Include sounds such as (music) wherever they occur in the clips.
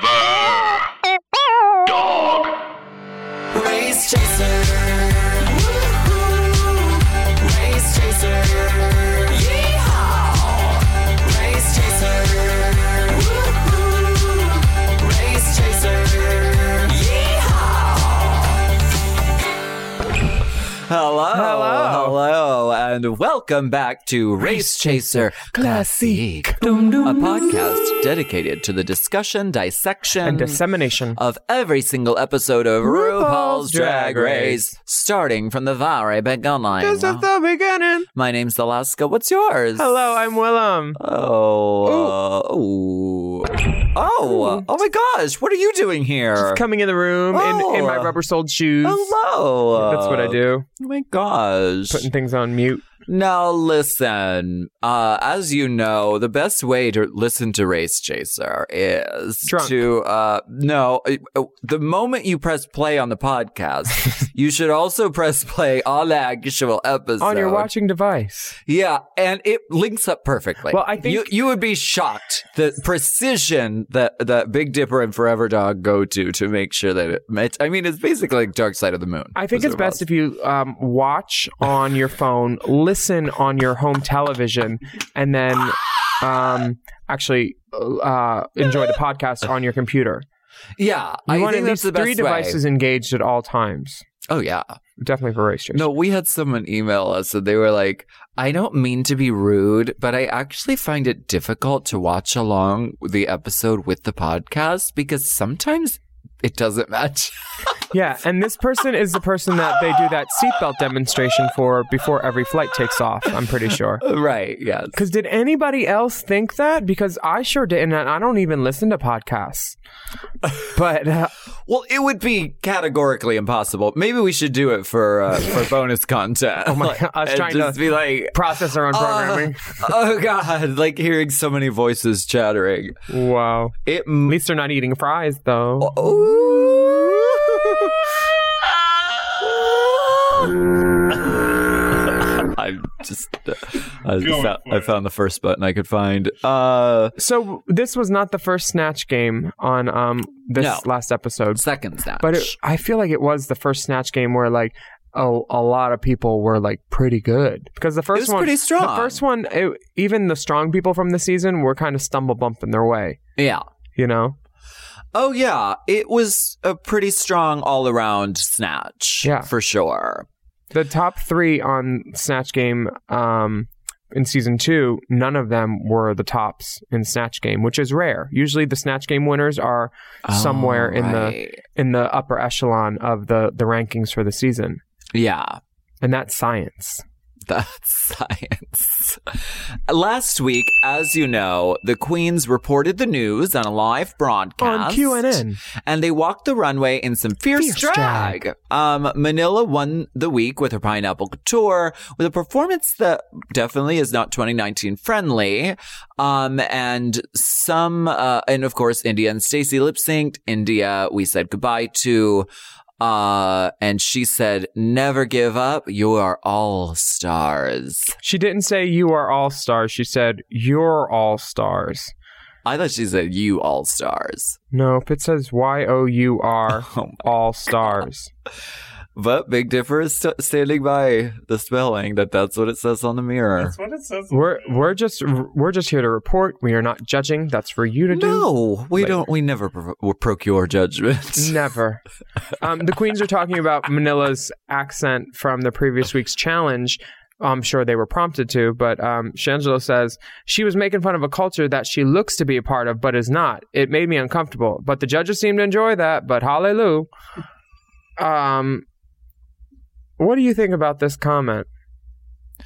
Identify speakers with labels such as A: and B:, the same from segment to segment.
A: Forever. Dog.
B: Race chaser. Race chaser. Yeehaw. Race chaser. Race chaser. Yeehaw.
C: Hello, hello, hello, and welcome back to Race Chaser Classique, a podcast dedicated to the discussion, dissection,
D: and dissemination.
C: of every single episode of RuPaul's
D: RuPaul's
C: Drag
D: Drag
C: Race, starting from the very beginning.
D: the beginning.
C: My name's Alaska. What's yours?
D: Hello, I'm Willem.
C: Oh, uh, ooh. oh, oh my gosh! What are you doing here?
D: Coming in the room in, in my
C: Oh.
D: rubber-soled shoes.
C: Hello.
D: That's what I do.
C: Oh my gosh.
D: Putting things on mute.
C: Now listen, uh, as you know, the best way to listen to Race Chaser is
D: Drunk.
C: to uh, no. uh, The moment you press play on
D: (laughs)
C: the podcast, you should also press play on the actual episode
D: On your watching device.
C: Yeah, and it links up perfectly.
D: Well, I think-
C: you, you would be shocked the precision that that Big Dipper and Forever Dog go to to make sure that it. It's, I mean, it's basically like Dark Side of the Moon.
D: I think it's best if you um, watch on your phone, listen on your home television, and then um, actually uh, enjoy the podcast on your computer.
C: Yeah,
D: You
C: I
D: want
C: think
D: at least
C: that's the best
D: three
C: way.
D: devices engaged at all times.
C: Oh yeah.
D: Definitely for race chasers.
C: No, we had someone email us and they were like, I don't mean to be rude, but I actually find it difficult to watch along the episode with the podcast because sometimes it doesn't match. (laughs)
D: Yeah, and this person is the person that they do that seatbelt demonstration for before every flight takes off, I'm pretty
C: (laughs)
D: sure.
C: right. Yes.
D: Because did anybody else think that? Because I sure didn't, and I don't even listen to podcasts. But uh,
C: Well, it would be categorically impossible. Maybe we should do it for uh, (laughs) for bonus content. Oh
D: my God, I was trying to-
C: just be like,
D: process our own
C: Uh,
D: programming.
C: (laughs) oh god, like hearing so many voices chattering.
D: wow.
C: It.
D: At
C: M-
D: least they're not eating fries,
C: Oh.
D: though.
C: (laughs) Ooh. I'm just. uh, I, found, I found the first button I could find. Uh,
D: So this was not the first Snatch game on um this
C: No.
D: last episode,
C: second snatch.
D: but it, I feel like it was the first Snatch game where like a, a lot of people were like pretty good because the first
C: was
D: one
C: pretty strong.
D: The first one, it, even the strong people from the season were kind of stumble bumping their way,
C: yeah.
D: you know.
C: Oh yeah, it was a pretty strong all around snatch.
D: Yeah.
C: for sure.
D: The top three on Snatch Game um, in season two, none of them were the tops in Snatch Game, which is rare. Usually, the Snatch Game winners are somewhere in the in the upper echelon of the the rankings for the season,
C: the yeah.
D: and that's science.
C: That's (laughs) science. Last week, as you know, the Queens reported the news on a live broadcast
D: On QNN.
C: and they walked the runway in some fierce,
D: Fierce
C: drag. Um, Manila won the week with her pineapple couture with a performance that definitely is not 2019 friendly. Um, and some, uh, and of course, India and Stacey lip synced. India, we said goodbye to. Uh, and she said, never give up. You are all stars.
D: She didn't say you are all stars. She said you're all stars.
C: I thought she said, you all stars.
D: No, if it says Y O U R,
C: Oh
D: all stars.
C: (laughs) But Big Dipper is st- standing by the spelling that that's what it says on the mirror.
D: We're we're just we're just here to report. We are not judging. That's for you to do.
C: No, we
D: later.
C: don't. We never pro- we procure judgment.
D: Never. Um, the queens are talking about Manila's accent from the previous week's challenge. I'm sure they were prompted to, but um, Shangelo says she was making fun of a culture that she looks to be a part of but is not. It made me uncomfortable, but the judges seemed to enjoy that. But hallelujah. Um, what do you think about this comment?
C: (laughs)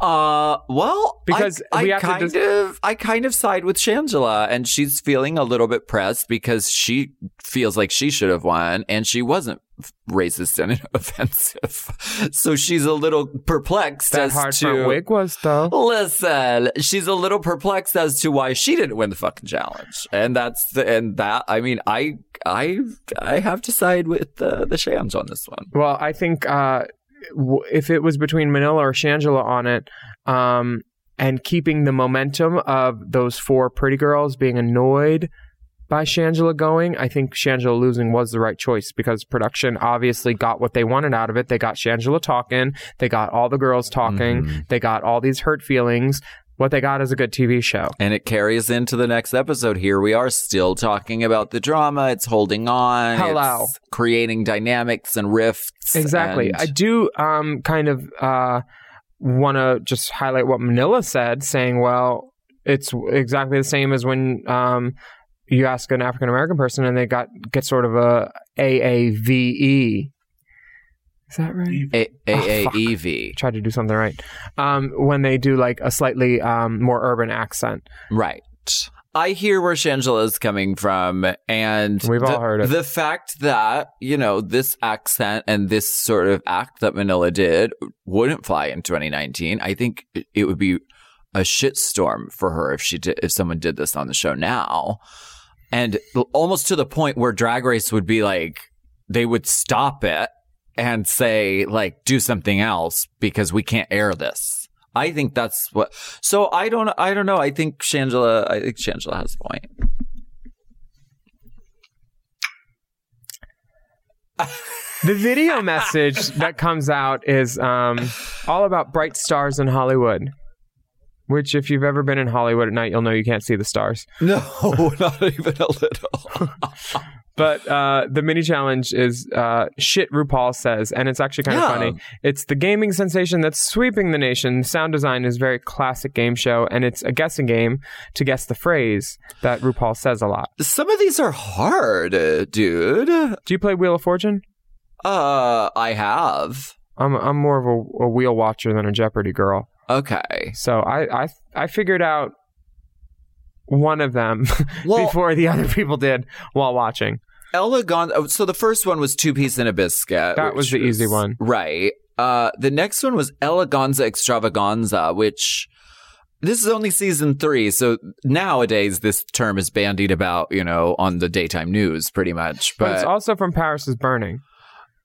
C: Uh, well,
D: Because
C: I,
D: we
C: I
D: have to
C: kind
D: dis-
C: of, I kind of side with Shangela, and she's feeling a little bit pressed because she feels like she should have won, and she wasn't f- racist and (laughs) offensive, so she's a little perplexed
D: That
C: as
D: hard front
C: to.
D: wig was though.
C: Listen, she's a little perplexed as to why she didn't win the fucking challenge, and that's the, and that. I mean, I I I have to side with the the Shams on this one.
D: Well, I think uh, w- if it was between Manila or Shangela on it, um, and keeping the momentum of those four pretty girls being annoyed by Shangela going. I think Shangela losing was the right choice because production obviously got what they wanted out of it. They got Shangela talking, they got all the girls talking,
C: Mm-hmm.
D: they got all these hurt feelings. What they got is a good TV show.
C: And it carries into the next episode. Here we are still talking about the drama. It's holding on.
D: Hello.
C: It's creating dynamics and rifts.
D: Exactly.
C: and-
D: I do um, kind of uh, want to just highlight what Manila said, saying, well, it's exactly the same as when um, you ask an African American person and they got get sort of a AAVE. Is that right?
C: A- E
D: Oh, fuck.
C: AAEV.
D: Tried to do something right. Um, when they do like a slightly um, more urban accent.
C: Right. I hear where Shangela is coming from, and
D: We've
C: the,
D: all heard it.
C: the fact that you know this accent and this sort of act that Manila did wouldn't fly in 2019. I think it- it would be a shitstorm for her if she did, if someone did this on the show now, and l- almost to the point where Drag Race would be like they would stop it and say like do something else because we can't air this. I think that's what. So I don't. I don't know. I think Shangela. I think Shangela has a point.
D: The video message that comes out is um, all about bright stars in Hollywood. Which, if you've ever been in Hollywood at night, you'll know you can't see the stars.
C: No, (laughs) not even a little.
D: But uh, the mini challenge is uh, shit RuPaul says, and it's actually kind of
C: Yeah.
D: funny. It's the gaming sensation that's sweeping the nation. Sound design is very classic game show, and it's a guessing game to guess the phrase that RuPaul says a lot.
C: Some of these are hard, uh, dude.
D: Do you play Wheel of Fortune?
C: Uh, I have.
D: I'm I'm more of a, a wheel watcher than a Jeopardy girl.
C: Okay.
D: So I I I figured out one of them (laughs)
C: Well-
D: before the other people did while watching.
C: Elegant. Oh, so the first one was two piece and a biscuit.
D: That was
C: which
D: the easy one.
C: Right. Uh, the next one was Eleganza Extravaganza, which this is only season three. So nowadays, this term is bandied about, you know, on the daytime news pretty much.
D: But, it's
C: But,
D: also from Paris is Burning.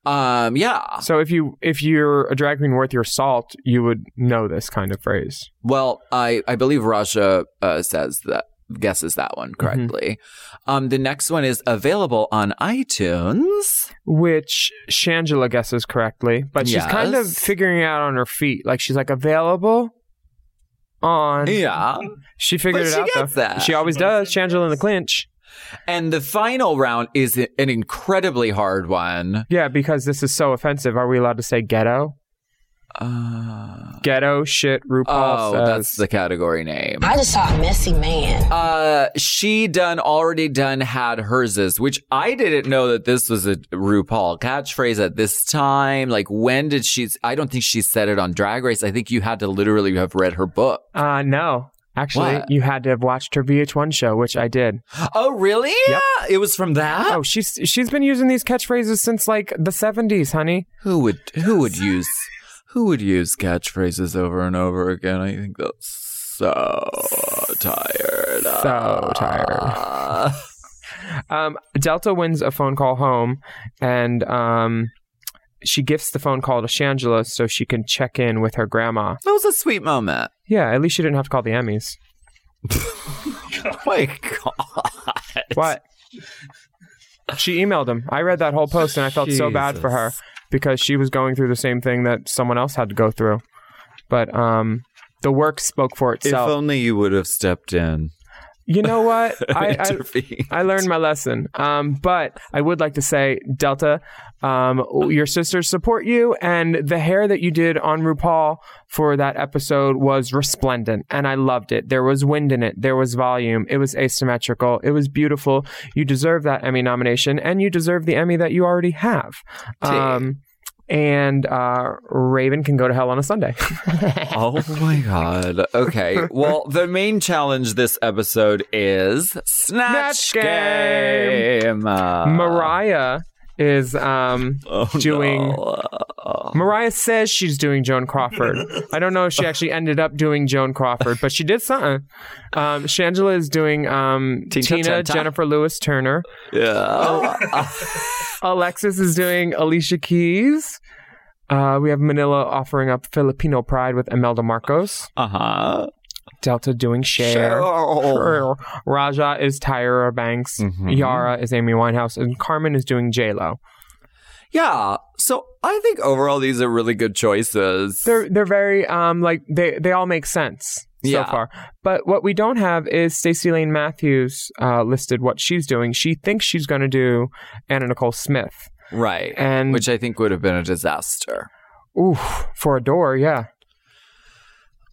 C: um, yeah.
D: So if you if you're a drag queen worth your salt, you would know this kind of phrase.
C: Well, I, I believe Raja uh, says that guesses that one correctly. Um, the next one is available on iTunes.
D: Which Shangela guesses correctly, but she's kind of
C: Yes.
D: figuring it out on her feet. Like she's like available on.
C: Yeah,
D: She figured
C: But
D: it
C: she
D: out
C: gets
D: though.
C: that.
D: She always does. Shangela in the clinch.
C: and the final round is an incredibly hard one.
D: Yeah, because this is so offensive. Are we allowed to say ghetto?
C: Uh,
D: Ghetto shit. RuPaul
C: oh,
D: says.
C: that's the category name.
E: I just saw a messy man.
C: Uh, she done already done had herses, which I didn't know that this was a RuPaul catchphrase at this time. Like, when did she? I don't think she said it on Drag Race. I think you had to literally have read her book.
D: Uh, no. Actually,
C: What?
D: you had to have watched her VH1 show, which I did.
C: Oh, really?
D: Yep.
C: It was from that.
D: Oh, she's she's been using these catchphrases since like the 70s, honey.
C: Who would who would use who would use catchphrases over and over again? I think that's so tired.
D: So
C: (laughs)
D: tired.
C: Uh,
D: Um, Delta wins a phone call home, and um, she gifts the phone call to Shangela so she can check in with her grandma.
C: that was a sweet moment.
D: Yeah, at least she didn't have to call the Emmys.
C: Oh my god.
D: What? she emailed him. I read that whole post, and I felt so bad for her
C: Jesus.
D: because she was going through the same thing that someone else had to go through. But um, the work spoke for
C: If
D: itself.
C: only you would have stepped in.
D: You know what? (laughs)
C: (laughs)
D: I,
C: Intervene.
D: I, I learned my lesson. Um, but I would like to say, Delta, um, your sisters support you, and the hair that you did on RuPaul for that episode was resplendent, and I loved it. There was wind in it, there was volume, it was asymmetrical, it was beautiful. You deserve that Emmy nomination, and you deserve the Emmy that you already have. Um, and uh, Raven can go to hell on a Sunday.
C: (laughs)
D: (laughs)
C: oh my god. Okay. Well, the main challenge this episode is Snatch,
D: Snatch Game.
C: Uh,
D: Mariah is um, doing. Mariah says she's doing Joan Crawford. I don't know if she actually ended up doing Joan Crawford, but she did something. Um, Shangela is doing um,
C: Teen
D: Tina
C: Tata.
D: Jennifer Lewis Turner.
C: Yeah.
D: (laughs) Alexis is doing Alicia Keys. Uh, we have Manila offering up Filipino pride with Imelda Marcos.
C: Uh huh.
D: Delta doing share. Raja is Tyra Banks.
C: Mhm.
D: Yara is Amy Winehouse, and Carmen is doing J Lo.
C: Yeah. So I think overall these are really good choices.
D: They're they're very um like they they all make sense
C: Yeah.
D: so far. But what we don't have is Stacey Lane Matthews uh, listed what she's doing. She thinks she's going to do Anna Nicole Smith,
C: right.
D: and
C: Which I think would have been a disaster.
D: oof for a door, yeah.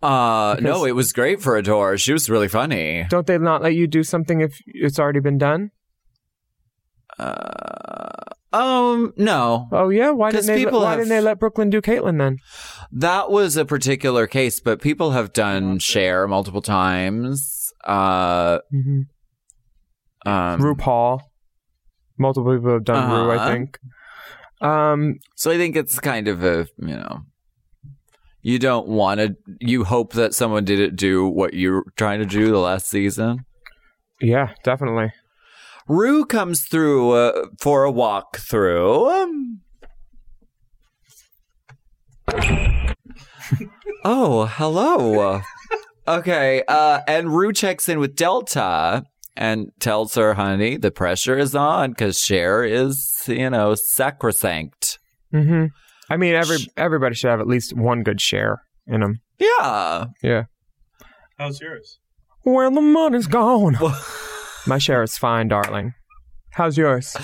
C: Uh,
D: Because-
C: no, it was great for Adore. She was really funny.
D: Don't they not let you do something if it's already been done?
C: Um, no,
D: Oh yeah, why didn't
C: 'Cause
D: they?
C: people
D: why
C: have-
D: didn't they let Brooklyn do Caitlyn then?
C: that was a particular case, but people have done share multiple times. Uh,
D: Mm-hmm.
C: um,
D: RuPaul, multiple people have done Ru, I
C: Uh-huh.
D: think. Um,
C: so I think it's kind of a, you know, you don't want to, you hope that someone didn't do what you were trying to do the last season.
D: yeah, definitely.
C: Rue comes through uh, for a walk through. Um, (laughs) oh, hello. Okay, uh, and Rue checks in with Delta and tells her, "Honey, the pressure is on because Cher is, you know, sacrosanct."
D: hmm I mean, every everybody should have at least one good share in them.
C: Yeah,
F: How's yours?
D: Well, the money's gone. My share is fine, darling. How's yours?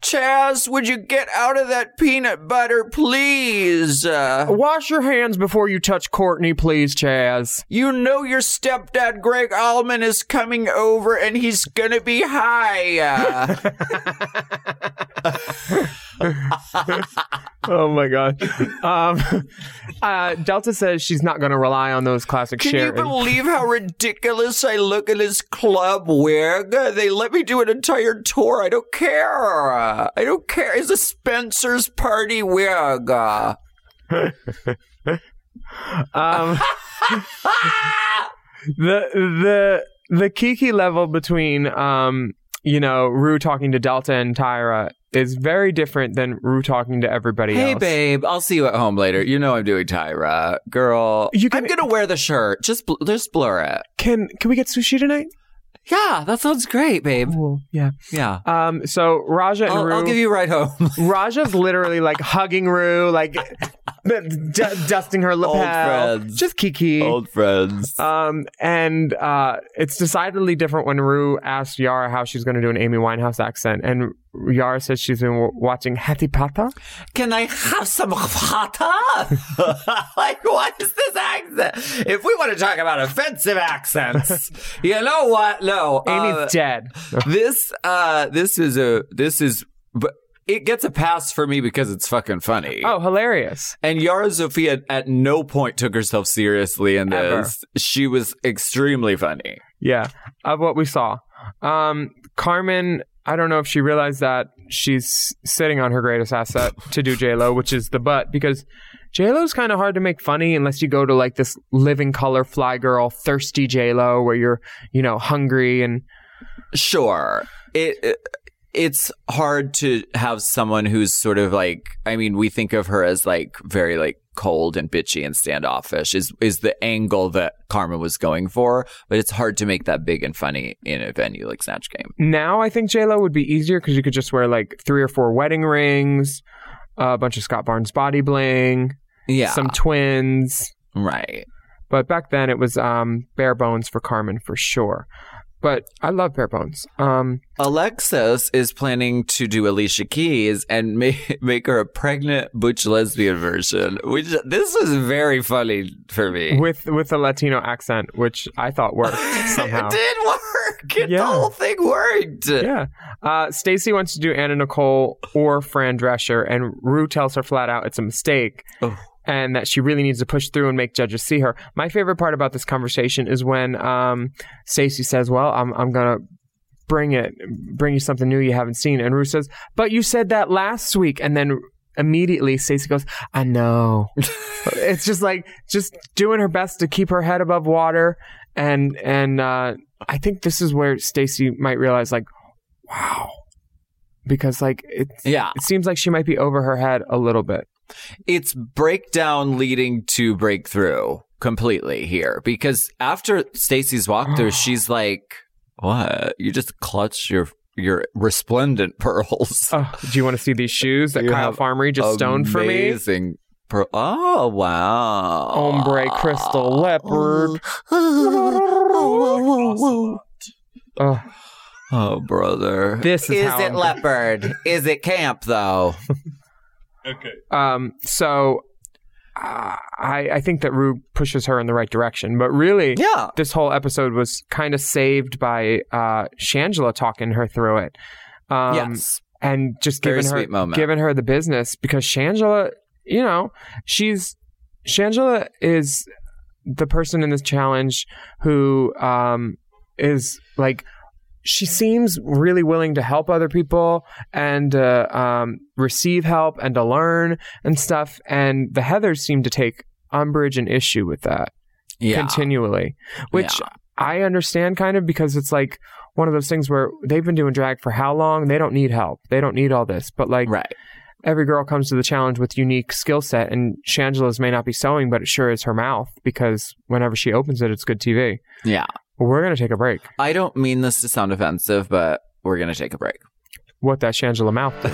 C: Chaz, would you get out of that peanut butter, please? Uh,
D: Wash your hands before you touch Courtney, please, Chaz.
C: You know your stepdad Greg Allman is coming over and he's gonna be high. (laughs)
D: Oh my god. Um, uh, Delta says she's not going to rely on those classic
C: Can you
D: shares.
C: believe how ridiculous I look in this club wig? They let me do an entire tour. I don't care. I don't care. It's a Spencer's party wig.
D: Um, the the the Kiki level between um, you know Rue talking to Delta and Tyra is very different than Rue talking to everybody
C: Hey,
D: else.
C: babe. I'll see you at home later. You know I'm doing Tyra, girl.
D: You can-
C: I'm gonna wear the shirt. Just bl- just blur it.
D: Can can we get sushi tonight?
C: Yeah, that sounds great, babe.
D: yeah.
C: Yeah.
D: Um, so Raja and
C: I'll,
D: Rue.
C: I'll give you (laughs) a ride home.
D: Raja's literally like hugging Rue,
C: (laughs)
D: like d- dusting her lapel.
C: friends.
D: Just Kiki.
C: friends.
D: Um, and uh, it's decidedly different when Rue asks Yara how she's going to do an Amy Winehouse accent, and Yara says she's been w- watching Hattie Pata.
C: Can I have some fata? (laughs) like, what is this accent? If we want to talk about offensive accents, (laughs) you know what? No,
D: Amy's
C: uh,
D: dead.
C: (laughs) this uh, this is a this is, but it gets a pass for me because it's fucking funny.
D: Oh, hilarious!
C: And Yara Sofia at no point took herself seriously in
D: Ever.
C: this. She was extremely funny.
D: Yeah, of what we saw. Um, Carmen, I don't know if she realized that she's sitting on her greatest asset to do J Lo, which is the butt, because J Lo's kind of hard to make funny unless you go to like this living color fly girl, thirsty J Lo, where you're you know hungry and
C: Sure. It, it it's hard to have someone who's sort of like I mean, we think of her as like very like cold and bitchy and standoffish is is the angle that Carmen was going for, but it's hard to make that big and funny in a venue like Snatch Game.
D: Now I think J Lo would be easier because you could just wear like three or four wedding rings, a bunch of Scott Barnes body bling,
C: Yeah.
D: some twins.
C: right.
D: But back then it was um, bare bones for Carmen for sure. But I love bare bones. Um,
C: Alexis is planning to do Alicia Keys and (laughs) make make her a pregnant butch lesbian version, which this was very funny for me. (laughs)
D: with with a Latino accent, which I thought worked somehow.
C: Eh. It did work. It, The
D: Yeah.
C: whole thing worked.
D: Yeah. Uh, Stacy wants to do Anna Nicole or Fran Drescher, and Rue tells her flat out it's a mistake.
C: Oh.
D: And that she really needs to push through and make judges see her. My favorite part about this conversation is when um, Stacy says, "Well, I'm I'm gonna bring it, bring you something new you haven't seen," and Rue says, "But you said that last week," and then immediately Stacy goes, "I know." it's just like just doing her best to keep her head above water, and and uh, I think this is where Stacy might realize, like, wow, because like it's.
C: Yeah.
D: It seems like she might be over her head a little bit.
C: it's breakdown leading to breakthrough completely here because after
D: (sighs)
C: Stacy's walkthrough, she's like, "What? You just clutch your your resplendent (laughs) pearls."
D: Oh, do you want to see these shoes that
C: You
D: Kyle
C: have
D: Farmery just stoned for me?
C: Amazing. Per- oh wow!
D: Ombre crystal leopard.
F: Ocelot.
D: Oh,
C: (laughs) Oh brother!
D: This is how
C: it
D: I'm-
C: leopard? is it camp
D: (laughs)
C: though?
F: Okay.
D: um, so uh, I I think that Rue pushes her in the right direction, but really,
C: Yeah.
D: this whole episode was kind of saved by uh, Shangela talking her through it. Um,
C: yes.
D: and just
C: Very
D: giving her
C: sweet moment.
D: giving her the business because Shangela, you know, she's Shangela is the person in this challenge who um is like she seems really willing to help other people and uh, um, receive help and to learn and stuff. And the Heathers seem to take umbrage and issue with that
C: Yeah.
D: continually, which I understand kind of because it's like one of those things where they've been doing drag for how long? They don't need help. They don't need all this. But like
C: right.
D: every girl comes to the challenge with unique skill set, and Shangela's may not be sewing, but it sure is her mouth because whenever she opens it, it's good TV.
C: Yeah.
D: We're gonna take a break.
C: I don't mean this to sound offensive, but we're gonna take a break.
D: What that Shangela mouth? did.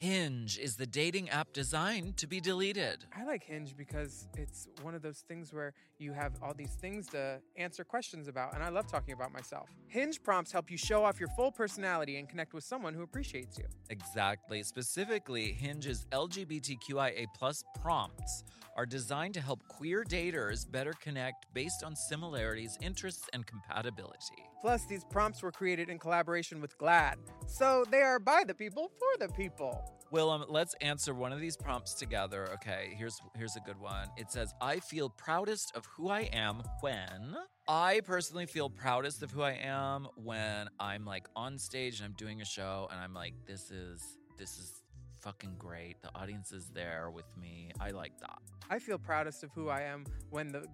C: Hinge is the dating app designed to be deleted.
D: I like Hinge because it's one of those things where you have all these things to answer questions about, and I love talking about myself. Hinge prompts help you show off your full personality and connect with someone who appreciates you.
C: Exactly. Specifically, Hinge's LGBTQIA plus prompts are designed to help queer daters better connect based on similarities, interests, and compatibility.
D: Plus, these prompts were created in collaboration with GLAD, so they are by the people for the people.
C: Willem, um, let's answer one of these prompts together. Okay, here's here's a good one. It says, "I feel proudest of who I am when." I personally feel proudest of who I am when I'm like on stage and I'm doing a show and I'm like, "This is this is fucking great. The audience is there with me. I like that."
D: I feel proudest of who I am when the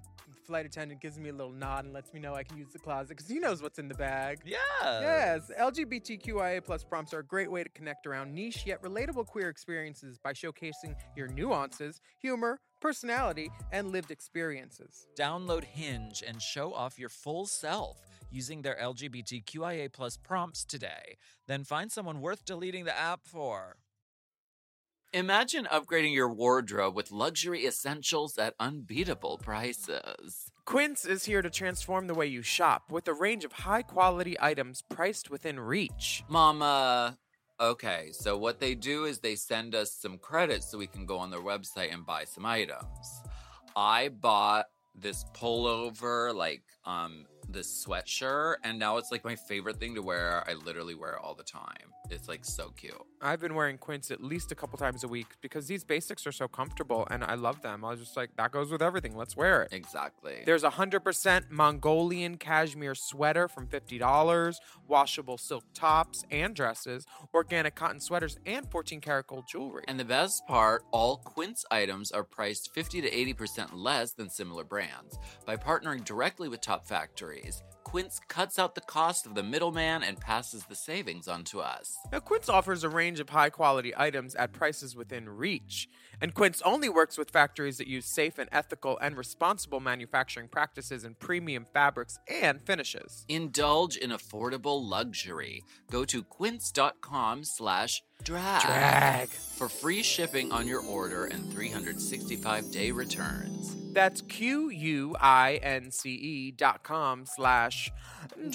D: flight attendant gives me a little nod and lets me know I can use the closet because he knows what's in the bag.
C: Yeah.
D: Yes, LGBTQIA plus prompts are a great way to connect around niche yet relatable queer experiences by showcasing your nuances, humor, personality, and lived experiences.
C: Download Hinge and show off your full self using their LGBTQIA plus prompts today. Then find someone worth deleting the app for. Imagine upgrading your wardrobe with luxury essentials at unbeatable prices.
D: Quince is here to transform the way you shop with a range of high quality items priced within reach.
C: Mama. Okay, so what they do is they send us some credits so we can go on their website and buy some items. I bought this pullover, like um this sweatshirt, and now it's like my favorite thing to wear. I literally wear it all the time. It's like so cute.
D: I've been wearing Quince at least a couple times a week because these basics are so comfortable and I love them. I was just like, that goes with everything. Let's wear it.
C: Exactly.
D: There's a 100% Mongolian cashmere sweater from $50, washable silk tops and dresses, organic cotton sweaters, and 14 karat gold jewelry.
C: and the best part, all Quince items are priced 50 to 80% less than similar brands. By partnering directly with top factories, Quince cuts out the cost of the middleman and passes the savings on to us.
D: Now, Quince offers a range of high quality items at prices within reach. And Quince only works with factories that use safe and ethical and responsible manufacturing practices and premium fabrics and finishes.
C: Indulge in affordable luxury. Go to quince.com slash drag,
D: Drag.
C: for free shipping on your order and 365 day returns.
D: That's Q U I N C E dot com slash
C: Drag.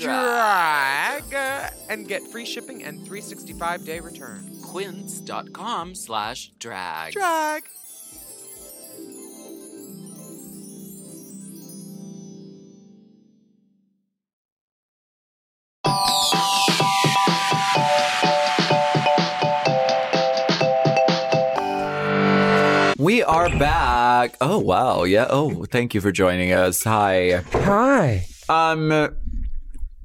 D: drag uh, and get free shipping and 365 day return.
C: quince.com slash drag.
D: Drag.
C: We are back. Oh, wow. Yeah. Oh, thank you for joining us. Hi.
D: Hi.
C: Um,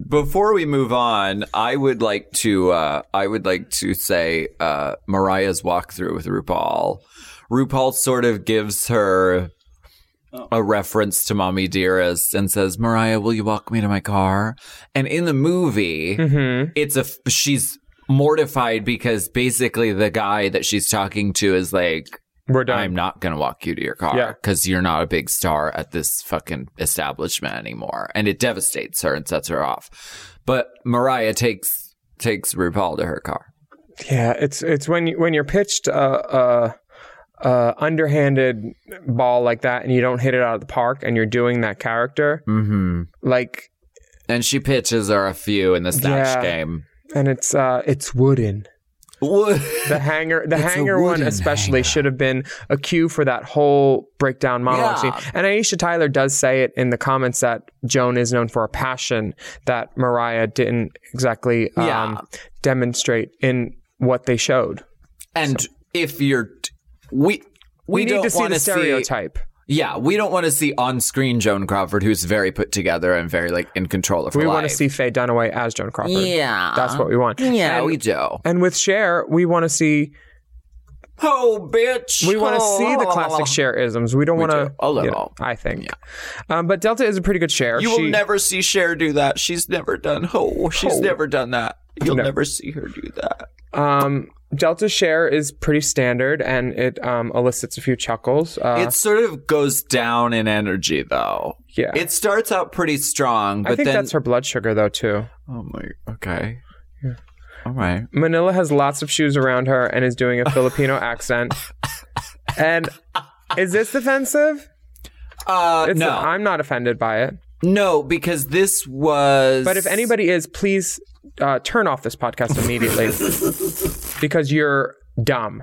C: before we move on, I would like to, uh, I would like to say, uh, Mariah's walkthrough with RuPaul. RuPaul sort of gives her a reference to Mommy Dearest and says,
D: Hmm. Mm-hmm.
C: Mariah, will you walk me to my car? And in the movie, it's a, f- she's mortified because basically the guy that she's talking to is like,
D: We're done.
C: I'm not going to walk you to your
D: Yeah.
C: car because you're not a big star at this fucking establishment anymore. And it devastates her and sets her off. But Mariah takes takes RuPaul to her car.
D: Yeah, it's it's when you, when you're pitched a, a, a underhanded ball like that and you don't hit it out of the park and you're doing that character
C: Mm-hmm.
D: like
C: And she pitches her a few in the snatch
D: Yeah.
C: game.
D: and it's uh it's wooden. The hanger the
C: It's a
D: hanger one
C: wooden
D: especially
C: hanger.
D: should have been a cue for that whole breakdown monologue
C: Yeah.
D: scene. And Aisha Tyler does say it in the comments that Joan is known for a passion that Mariah didn't exactly um,
C: Yeah.
D: demonstrate in what they showed.
C: And if you're, we we,
D: need
C: don't
D: to see
C: want
D: the
C: to
D: stereotype.
C: Yeah, we don't want to see on screen Joan Crawford, who's very put together and very like in control of her
D: We
C: life.
D: want to see Faye Dunaway as Joan Crawford.
C: Yeah.
D: That's what we want.
C: Yeah,
D: And,
C: we do.
D: and with Cher, we want to see
C: Oh, bitch!
D: we want to
C: Oh,
D: see
C: la,
D: the
C: la, la, la.
D: classic Cher isms. We don't want
C: do.
D: to
C: A little.
D: I think. Um, but Delta is a pretty good Cher.
C: You
D: She-
C: will never see Cher do that. She's never done. Oh, she's
D: Oh.
C: never done that. You'll
D: No.
C: never see her do that.
D: Um, Delta Share is pretty standard and it um, elicits a few chuckles. Uh,
C: it sort of goes down in energy, though.
D: yeah.
C: It starts out pretty strong, but
D: I think
C: then
D: that's her blood sugar, though, too.
C: oh my, okay, all right.
D: Manila has lots of shoes around her and is doing a
C: (laughs)
D: Filipino accent. And is this offensive?
C: Uh,
D: It's
C: no,
D: I'm not offended by it.
C: no, because this was.
D: But if anybody is, please uh, turn off this podcast
C: (laughs)
D: immediately because you're dumb.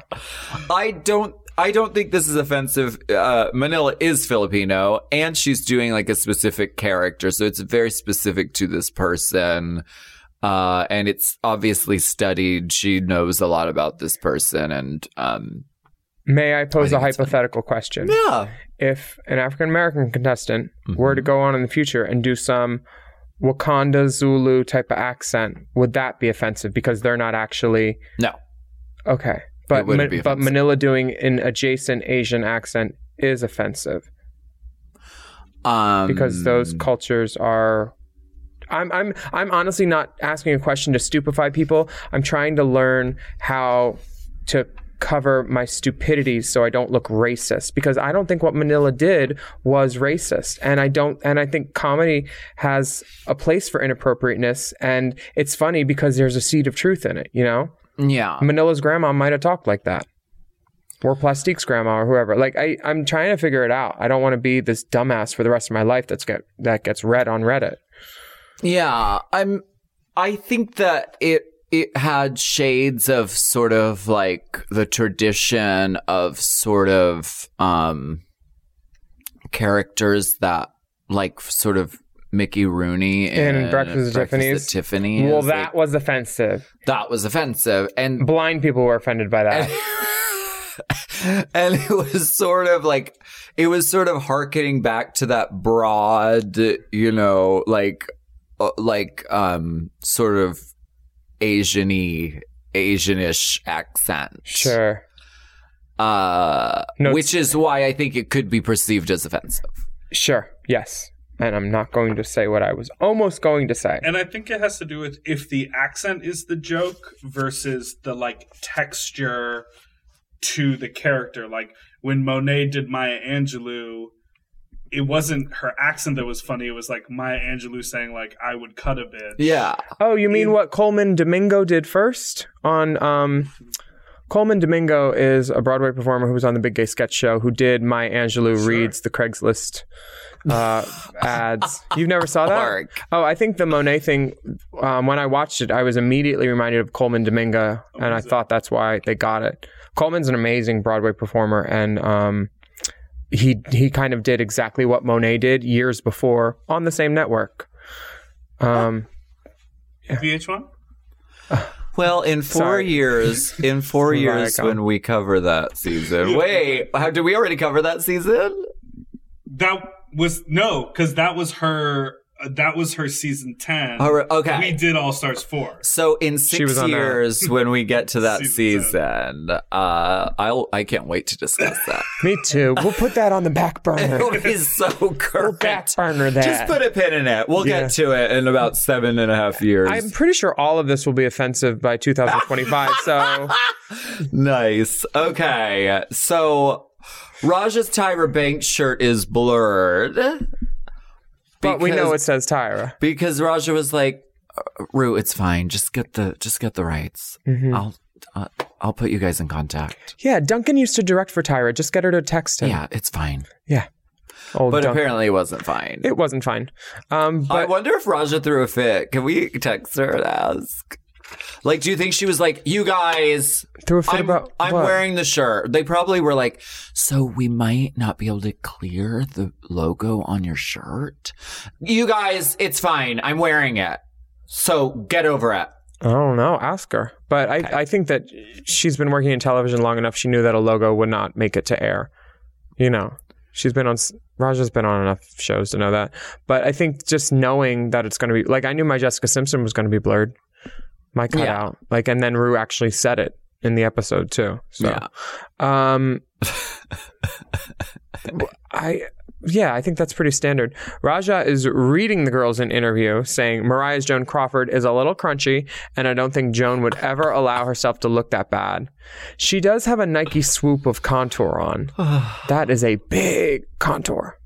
C: I don't. I don't think this is offensive. Uh, Manila is Filipino, and she's doing like a specific character, so it's very specific to this person, uh, and it's obviously studied. She knows a lot about this person, and um,
D: May I pose
C: I
D: a
C: think it's funny.
D: hypothetical question?
C: yeah,
D: If an African American contestant
C: Mm-hmm.
D: were to go on in the future and do some Wakanda Zulu type of accent, would that be offensive because they're not actually
C: no,
D: okay? But
C: It wouldn't
D: Ma-
C: be
D: but
C: offensive.
D: Manila doing an adjacent Asian accent is offensive
C: um,
D: because those cultures are I'm I'm I'm honestly not asking a question to stupefy people. I'm trying to learn how to cover my stupidity so I don't look racist because I don't think what Manila did was racist. And I don't and I think comedy has a place for inappropriateness and it's funny because there's a seed of truth in it, you know?
C: yeah,
D: Manila's grandma might have talked like that. Or Plastique's grandma or whoever. Like I, I'm trying to figure it out. I don't want to be this dumbass for the rest of my life that's get that gets read on Reddit.
C: Yeah, I'm. I think that it it had shades of sort of like the tradition of sort of um characters that like sort of Mickey Rooney
D: In
C: and
D: Breakfast at Tiffany's.
C: Tiffany's.
D: well,
C: Like,
D: that was offensive.
C: that was offensive, and
D: Blind people were offended by that.
C: (laughs) and it was sort of like it was sort of harkening back to that broad you know like uh, like um sort of asian-y asianish accent
D: sure.
C: uh
D: No,
C: which is why i think it could be perceived as offensive
D: Sure. Yes. And I'm not going to say what I was almost going to say.
F: And I think it has to do with if the accent is the joke versus the like texture to the character. Like when Monet did Maya Angelou, it wasn't her accent that was funny. It was like Maya Angelou saying like I would cut a bit.
C: yeah
D: Oh, you mean what Coleman Domingo did first on um Coleman Domingo is a Broadway performer who was on the Big Gay Sketch Show who did My Angelou reads the Craigslist uh, ads. You've never saw that?
C: Org.
D: Oh, I think the Monet thing. Um, when I watched it, I was immediately reminded of Coleman Domingo, and I thought that's why they got it. Coleman's an amazing Broadway performer, and um, he he kind of did exactly what Monet did years before on the same network. Um,
F: VH1.
C: well in four
D: Sorry. (laughs)
C: years in four
D: Sorry,
C: years
D: God.
C: when we cover that season wait how did we already cover that season
F: That was no, because that was her uh, that was her season ten.
D: Oh,
C: All right, okay.
F: We did All Stars four.
C: So in
D: was
C: six
D: on that.
C: years, when we get to
D: (laughs)
C: that
F: Season.
C: season, uh, I'll I can't wait to discuss
D: (laughs)
C: that.
D: Me too. We'll put that on the
C: (laughs)
D: back burner.
C: It is so
D: We'll
C: current.
D: back burner that.
C: Just put a pin in it. We'll
D: Yeah.
C: get to it in about seven and a half years.
D: I'm pretty sure all of this will be offensive by 2025.
C: (laughs)
D: so
C: nice. Okay. So Raj's Tyra Banks shirt is blurred.
D: but we know
C: Because-
D: it says Tyra.
C: because Raja was like, "Uh, "Rue, it's fine. Just get the just get the rights.
D: Mm-hmm.
C: I'll uh, I'll put you guys in contact.
D: Yeah, Duncan used to direct for Tyra. Just get her to text him.
C: Yeah, it's fine."
D: Yeah. Old
C: But
D: Duncan.
C: apparently, it wasn't fine.
D: it wasn't fine. Um,
C: I
D: but
C: wonder if Raja threw a fit. Can we text her and ask? Like, do you think she was like, "You guys,
D: through a fit
C: I'm,
D: about
C: I'm
D: what?
C: wearing the shirt"? They probably were like, "So we might not be able to clear the logo on your shirt." You guys, it's fine. I'm wearing it. So get over it.
D: I don't know. Ask her. But I, I think that she's been working in television long enough. She knew that a logo would not make it to air. You know, she's been on. s- Raja's been on enough shows to know that. But I think just knowing that it's going to be like I knew my Jessica Simpson was going to be blurred, my cutout. Like, and then Rue actually said it in the episode too. So, um, I. Yeah, I think that's pretty standard. Raja is reading the girls in interview, saying Mariah's Joan Crawford is a little crunchy, and I don't think Joan would ever allow herself to look that bad. She does have a Nike swoop of contour
C: (sighs)
D: on. that is a big contour.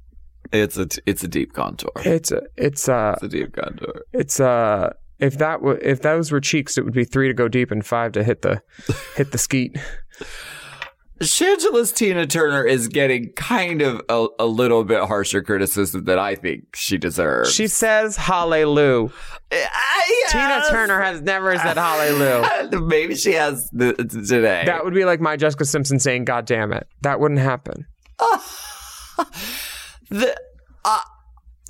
C: It's a it's a deep contour.
D: It's a, it's a,
C: It's a deep contour.
D: it's a. If that w- if those were cheeks, it would be three to go deep and five to hit the hit the
C: (laughs)
D: skeet.
C: Shangela's Tina Turner is getting kind of a, a little bit harsher criticism that I think she deserves.
D: She says hallelujah.
C: I-
D: Tina
C: Uh, yes.
D: Turner has never said hallelujah.
C: (laughs) Maybe she has the, today.
D: That would be like my Jessica Simpson saying, God damn it. That wouldn't happen.
C: The- uh,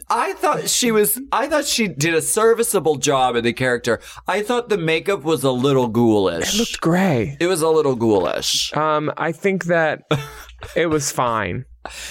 C: I thought she was. I thought she did a serviceable job in the character. I thought the makeup was a little ghoulish. It,
D: Looked gray.
C: was a little ghoulish.
D: Um, I think
C: (laughs)
D: that it was fine.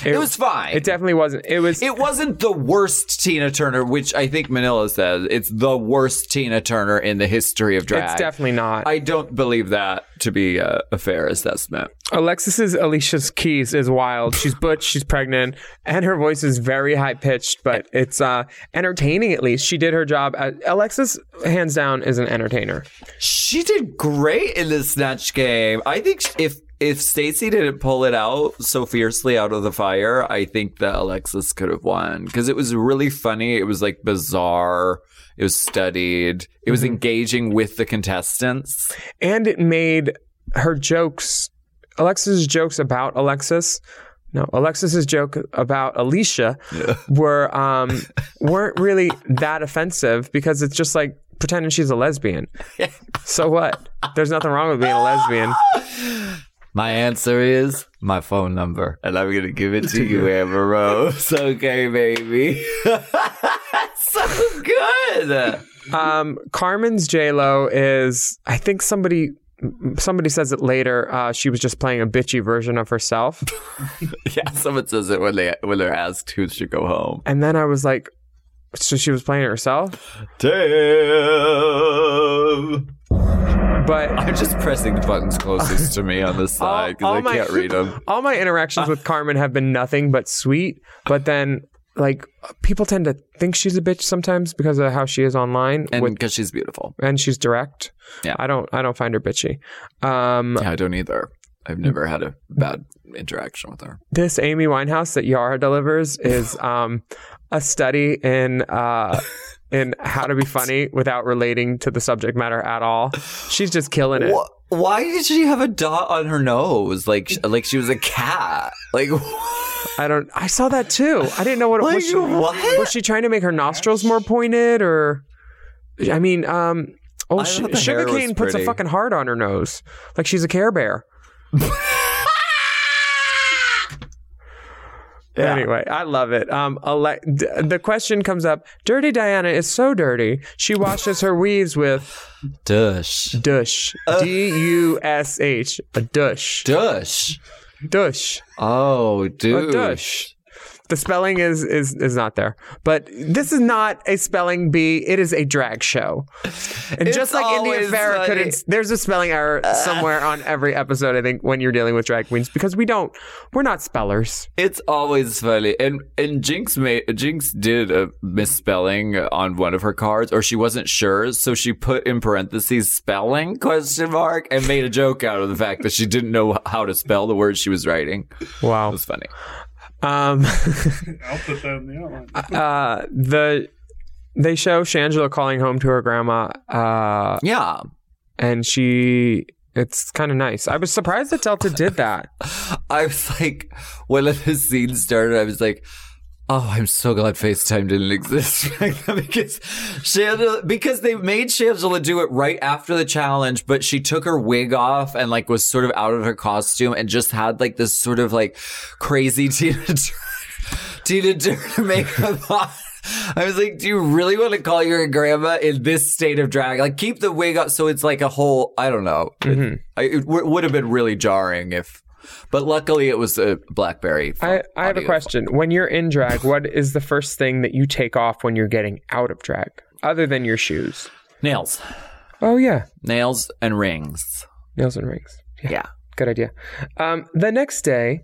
C: It was fine.
D: It definitely wasn't. It was.
C: It wasn't the worst Tina Turner, which I think Manila says it's the worst Tina Turner in the history of drag.
D: it's definitely not.
C: I don't believe that to be a, a fair assessment.
D: Alexis's Alicia's Keys is wild. She's butch, she's pregnant, and her voice is very high pitched, but it's uh, entertaining at least. She did her job. Uh, Alexis, hands down, is an entertainer.
C: She did great in the snatch game. I think sh- if if Stacy didn't pull it out so fiercely out of the fire, I think that Alexis could have won because it was really funny. It was like bizarre. It was studied. It was engaging with the contestants.
D: And it made her jokes, Alexis's jokes about Alexis. No, Alexis's joke about Alicia were um, weren't really that offensive because it's just like pretending she's a lesbian. So what? There's nothing wrong with being a lesbian.
C: My answer is my phone number, and I'm gonna give it to (laughs) you, Amber Rose. Okay, baby. (laughs) so good.
D: Um, Carmen's J Lo is, I think somebody somebody says it later. Uh, she was just playing a bitchy version of herself,
C: (laughs) Yeah, someone says it when they when they're asked who should go home.
D: and then I was like, so she was playing it herself.
C: Damn.
D: But
C: I'm just pressing the buttons closest to
D: (laughs)
C: me on this side
D: all
C: because I
D: Oh, my-
C: can't
D: (laughs)
C: read them.
D: all my interactions with Carmen have been nothing but sweet. But then, like, people tend to think she's a bitch sometimes because of how she is online,
C: And
D: with,
C: because she's beautiful.
D: and she's direct.
C: Yeah.
D: I don't, I don't find her bitchy. Um,
C: Yeah, I don't either. I've never had a bad interaction with her.
D: this Amy Winehouse that Yara delivers
C: (laughs)
D: is um, a study in uh, in how to be funny without relating to the subject matter at all. She's just killing it.
C: Why did she have a dot on her nose? Like, sh- like she was a cat. Like, (laughs)
D: I don't. I saw that too. I didn't know what it
C: Like,
D: was. She,
C: what?
D: Was she trying to make her nostrils more pointed, or I mean, um, oh,
C: I
D: sh-
C: thought the hair was
D: sugarcane puts a
C: pretty.
D: fucking heart on her nose, like she's a Care Bear. Anyway, I love it. Um, Ale- d- the question comes up: Dirty Diana is so dirty. She washes her weaves with
C: dush,
D: dush,
C: Uh.
D: D U S H, a dush,
C: dush.
D: dush,
C: Oh,
D: a
C: dude.
D: dush. The spelling is is is not there. But this is not a spelling bee. It is a drag show. And
C: It's
D: just like India
C: always Uh.
D: Farah
C: funny.
D: couldn't there's a spelling error somewhere on every episode, I think, when you're dealing with drag queens, because we don't we're not spellers.
C: It's always funny, and and Jinx made Jinx did a misspelling on one of her cards, or she wasn't sure, so she put in parentheses "spelling" question mark and made a joke out of the fact that she didn't know how to spell the words she was writing. It
D: Wow.
C: was funny.
D: Um (laughs)
F: I'll put that in the outline.
D: uh the they show Shangela calling home to her grandma, uh,
C: Yeah,
D: and she it's kind of nice. I was surprised that Delta did that.
C: I was like, when (laughs) the scene started, I was like, oh, I'm so glad FaceTime didn't exist (laughs) because Shangela, because they made Shangela do it right after the challenge, but she took her wig off and like was sort of out of her costume and just had like this sort of like crazy (laughs) Tina Turner- Tina Turner makeup on. I was like, do you really want to call your grandma in this state of drag? Like, keep the wig up so it's like a whole, I don't know.
D: Mm-hmm.
C: It, I, it w- would have been really jarring if, but luckily it was a Blackberry.
D: I, I have a
C: audio.
D: question. When you're in
C: (laughs)
D: drag, what is the first thing that you take off when you're getting out of drag, other than your shoes?
C: Nails.
D: Oh yeah,
C: nails and rings.
D: nails and rings.
C: Yeah.
D: Good idea. Um, the next day,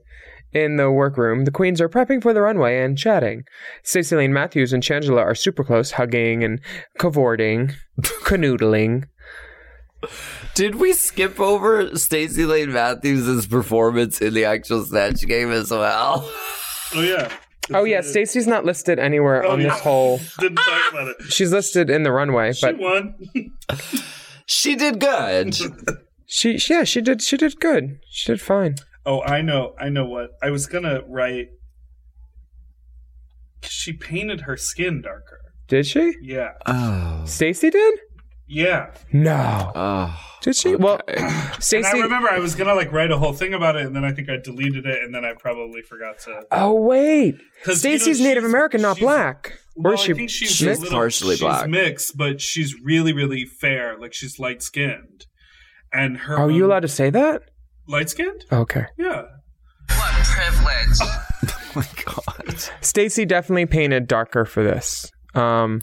D: in the workroom, the queens are prepping for the runway and chatting. Stacey Lane Matthews and Shangela are super close, hugging and
C: (laughs)
D: cavorting, canoodling.
C: Did we skip over Stacey Lane Matthews' performance in the actual Snatch game as well? (laughs)
F: Oh yeah.
D: Oh yeah, Stacey's not listed anywhere on this
F: Oh, yeah.
D: whole.
F: Didn't talk about it.
D: She's listed in the runway,
F: She
D: but
F: won.
C: She
D: (laughs)
C: did good.
D: she, she yeah, she did she did good. She did fine.
F: Oh, I know, I know what. I was gonna write. She painted her skin darker.
D: Did she?
F: Yeah,
C: oh.
D: Stacey did?
F: yeah.
D: No.
C: Oh.
D: Did she? Well, (clears throat)
F: And I
D: Stacey.
F: remember I was gonna like write a whole thing about it, and then I think I deleted it, and then I probably forgot to.
D: Oh wait,
F: 'Cause, you know,
D: Stacey's Native
F: she's-
D: American, not
F: she's-
D: black.
F: Well,
D: or is she?
F: I think she's,
C: she's
F: a little,
C: partially
F: she's
C: black.
F: mixed, but she's really, really fair. Like she's light skinned, and her.
D: Are you allowed to say that?
F: light skinned?
D: Okay.
F: Yeah.
C: my god.
D: Stacey definitely painted darker for this. Um,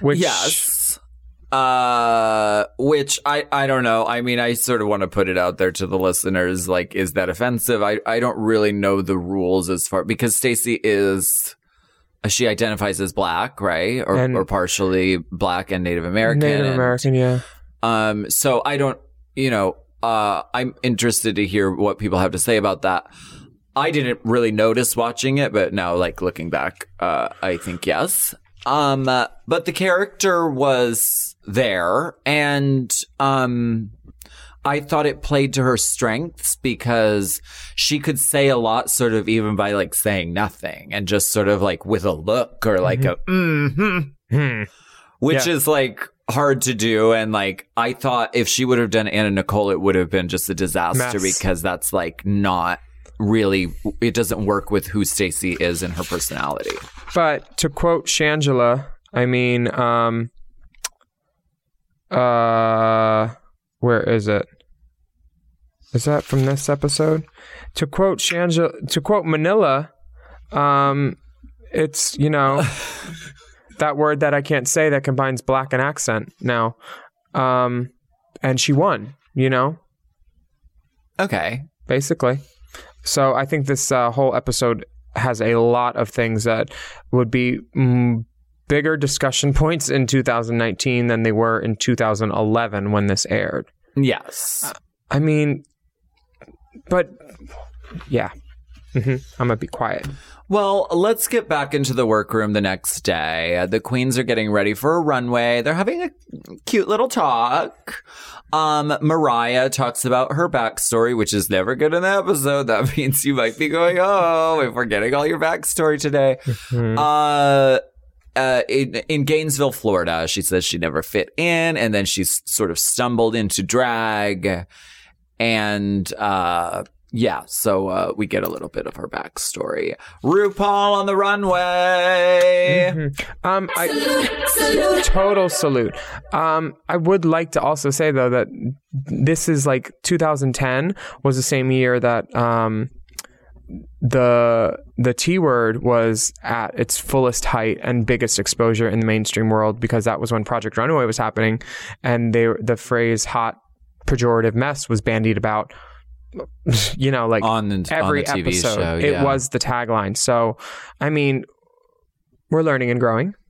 D: which
C: Yes. Uh, which I, I don't know. I mean, I sort of want to put it out there to the listeners. Like, is that offensive? I, I don't really know the rules as far because Stacy is, she identifies as black, right? Or,
D: And-
C: or partially black and Native American.
D: Native
C: and-
D: American, yeah.
C: Um, so I don't, you know, uh, I'm interested to hear what people have to say about that. I didn't really notice watching it, but now, like looking back, uh, I think yes. Um, uh, but the character was there, and um, I thought it played to her strengths because she could say a lot, sort of even by like saying nothing and just sort of like with a look or like a mm-hmm
D: Hmm.
C: which
D: Yeah.
C: is like hard to do. And like, I thought if she would have done Anna Nicole, it would have been just a disaster
D: Mess.
C: because that's like not really, it doesn't work with who Stacey is and her personality.
D: But to quote Shangela, I mean, um, uh, where is it? Is that from this episode? To quote Shangela, to quote Manila, um, it's you know that word that I can't say that combines black and accent now, um, and she won, you know,
C: Okay.
D: basically. So I think this uh, whole episode has a lot of things that would be mm, bigger discussion points in 2019 than they were in 2011 when this aired.
C: Yes.
D: I mean, but yeah. hmm I'm gonna be quiet.
C: Well, let's get back into the workroom the next day. Uh, The queens are getting ready for a runway. They're having a cute little talk. Um, Mariah talks about her backstory, which is never good in the episode. That (laughs) means you might be going, oh, if we're getting all your backstory today.
G: Mm-hmm.
C: Uh, uh, in, in Gainesville, Florida, she says she never fit in, and then she's sort of stumbled into drag. And uh, yeah, so uh, we get a little bit of her backstory. RuPaul on the runway.
G: Mm-hmm.
D: Um, I, total salute. Um, I would like to also say though that this is like 2010 was the same year that um,
G: the the T word was at its fullest height and biggest exposure in the mainstream world because that was when Project Runway was happening, and they the phrase "hot pejorative mess" was bandied about. You know, like
H: on, the- on
G: every
H: the TV
G: episode,
H: show.
G: it
H: yeah.
G: was the tagline. So, I mean, we're learning and growing. (laughs)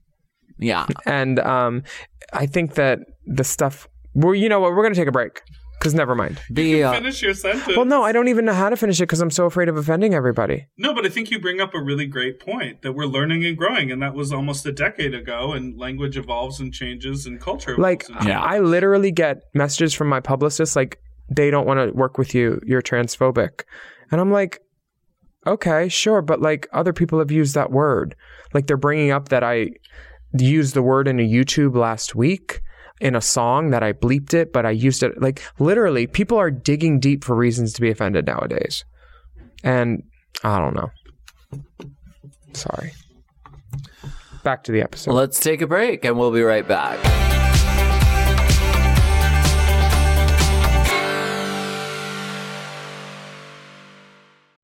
H: Yeah.
G: And um, I think that the stuff. Well, you know what? We're going to take a break because never mind.
H: The, uh,
F: Finish your sentence.
G: Well, no, I don't even know how to finish it because I'm so afraid of offending everybody.
F: No, but I think you bring up a really great point that we're learning and growing, and that was almost a decade ago. And language evolves and changes, and culture evolves
G: Like,
F: and changes.
H: Yeah.
G: I literally get messages from my publicist like, they don't want to work with you. You're transphobic. And I'm like, okay, sure. But like, other people have used that word. Like, they're bringing up that I used the word in a YouTube last week in a song that I bleeped it, but I used it. Like, literally, people are digging deep for reasons to be offended nowadays. And I don't know. Sorry. Back to the episode.
H: let's take a break and we'll be right back.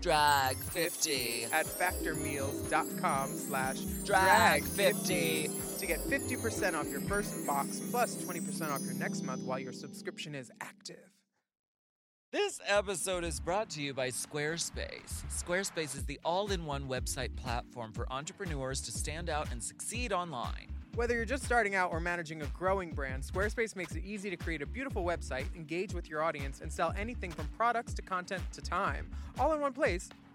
C: Drag 50.
D: at factormeals.com slash drag
C: Drag 50.
D: 50 to get 50% off your first box plus 20% off your next month while your subscription is active.
C: This episode is brought to you by Squarespace. Squarespace is the all in one website platform for entrepreneurs to stand out and succeed online.
D: Whether you're just starting out or managing a growing brand, Squarespace makes it easy to create a beautiful website, engage with your audience, and sell anything from products to content to time, all in one place,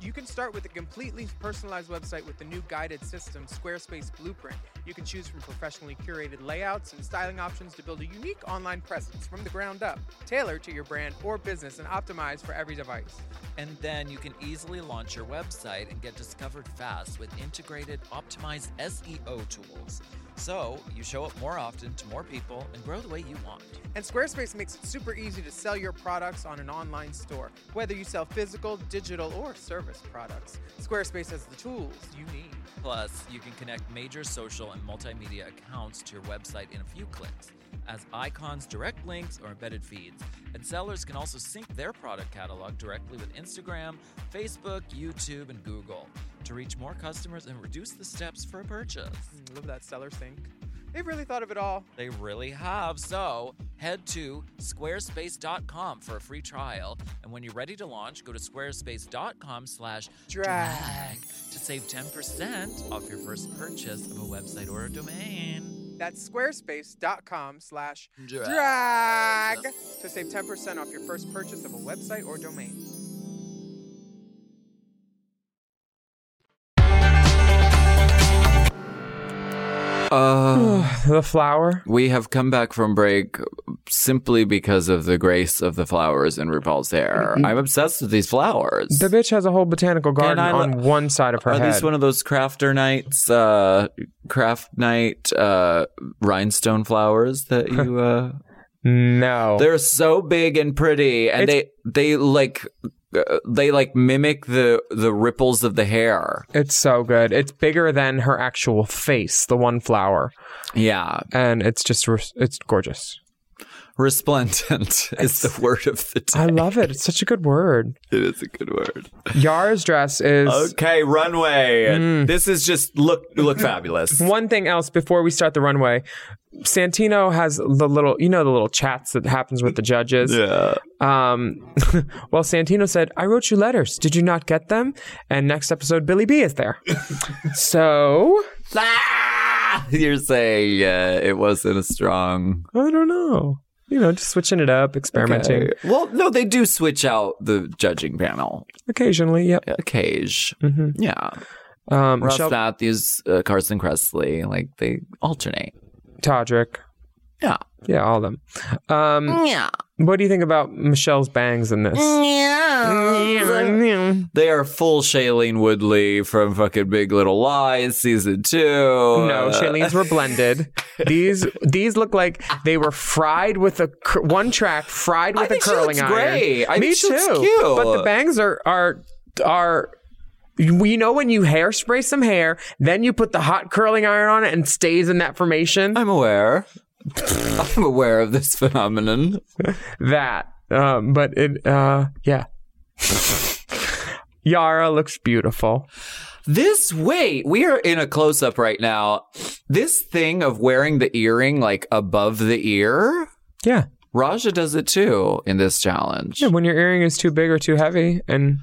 D: you can start with a completely personalized website with the new guided system, Squarespace Blueprint. You can choose from professionally curated layouts and styling options to build a unique online presence from the ground up, tailored to your brand or business, and optimized for every device.
C: And then you can easily launch your website and get discovered fast with integrated, optimized SEO tools. So you show up more often to more people and grow the way you want.
D: And Squarespace makes it super easy to sell your products on an online store, whether you sell physical, digital, or service products. Squarespace has the tools you need.
C: Plus, you can connect major social and multimedia accounts to your website in a few clicks as icons, direct links, or embedded feeds. And sellers can also sync their product catalog directly with Instagram, Facebook, YouTube, and Google to reach more customers and reduce the steps for a purchase.
D: Mm, Love that seller sync. They've really thought of it all.
C: They really have. So head to squarespace.com for a free trial. And when you're ready to launch, go to squarespace.com slash drag to save 10% off your first purchase of a website or a domain.
D: That's squarespace.com slash
C: Drag.
D: drag to save 10% off your first purchase of a website or domain.
H: Uh,
G: the flower.
H: we have come back from break simply because of the grace of the flowers in RuPaul's hair. I'm obsessed with these flowers.
G: The bitch has a whole botanical garden
H: I lo-
G: on one side of her
H: Are
G: head.
H: these one of those crafter nights,
C: (laughs)
H: uh, craft night, uh, rhinestone flowers that you, uh,
D: No.
C: They're so big and pretty, and
D: It's-
C: they they like uh, they like mimic the the ripples of the hair.
D: It's so good. It's bigger than her actual face, the one flower,
C: Yeah,
D: and it's just res- it's gorgeous.
C: resplendent (laughs) is the word of the day.
D: I love it. It's such a good word.
C: (laughs) It is a good word.
D: Yara's dress is
C: Okay, runway. This is just look (laughs) look fabulous.
D: one thing else before we start the runway. Santino has the little, you know, the little chats that happens with the judges.
C: Yeah.
D: Um, (laughs) well, Santino said, "I wrote you letters. Did you not get them?" And next episode, Billy B is
C: (laughs)
D: there. so
C: Ah! You're saying uh, it wasn't a strong.
D: I don't know. You know, just switching it up, experimenting
C: Okay. Well, no, they do switch out the judging panel
D: occasionally. Yep.
C: occasion.
D: hmm
C: Yeah.
D: Um,
C: Russ
D: Michelle
C: Matthews, uh, Carson Kressley, like they alternate.
D: Todrick.
C: Yeah.
D: Yeah, all of them. Um,
E: Yeah.
D: what do you think about Michelle's bangs in
C: Mm,
D: this?
C: They are full Shailene Woodley from fucking Big Little Lies season two. Uh, No,
D: No, Shailene's were (laughs) blended. These these look like they were fried with a cur- one track fried with
C: I think
D: a
C: she
D: curling
C: looks
D: iron.
C: great. I
D: Me
C: think she
D: too.
C: looks cute.
D: But the bangs are are are. You know when you hairspray some hair, then you put the hot curling iron on it and stays in that formation. (laughs)
C: I'm aware. I'm aware of this phenomenon.
D: that. Um, but it, uh, yeah. (laughs) Yara looks beautiful.
C: This wait, we are in a close up right now. This thing of wearing the earring like above the ear,
D: Yeah.
C: Raja does it too in this challenge.
D: Yeah, when your earring is too big or too heavy, and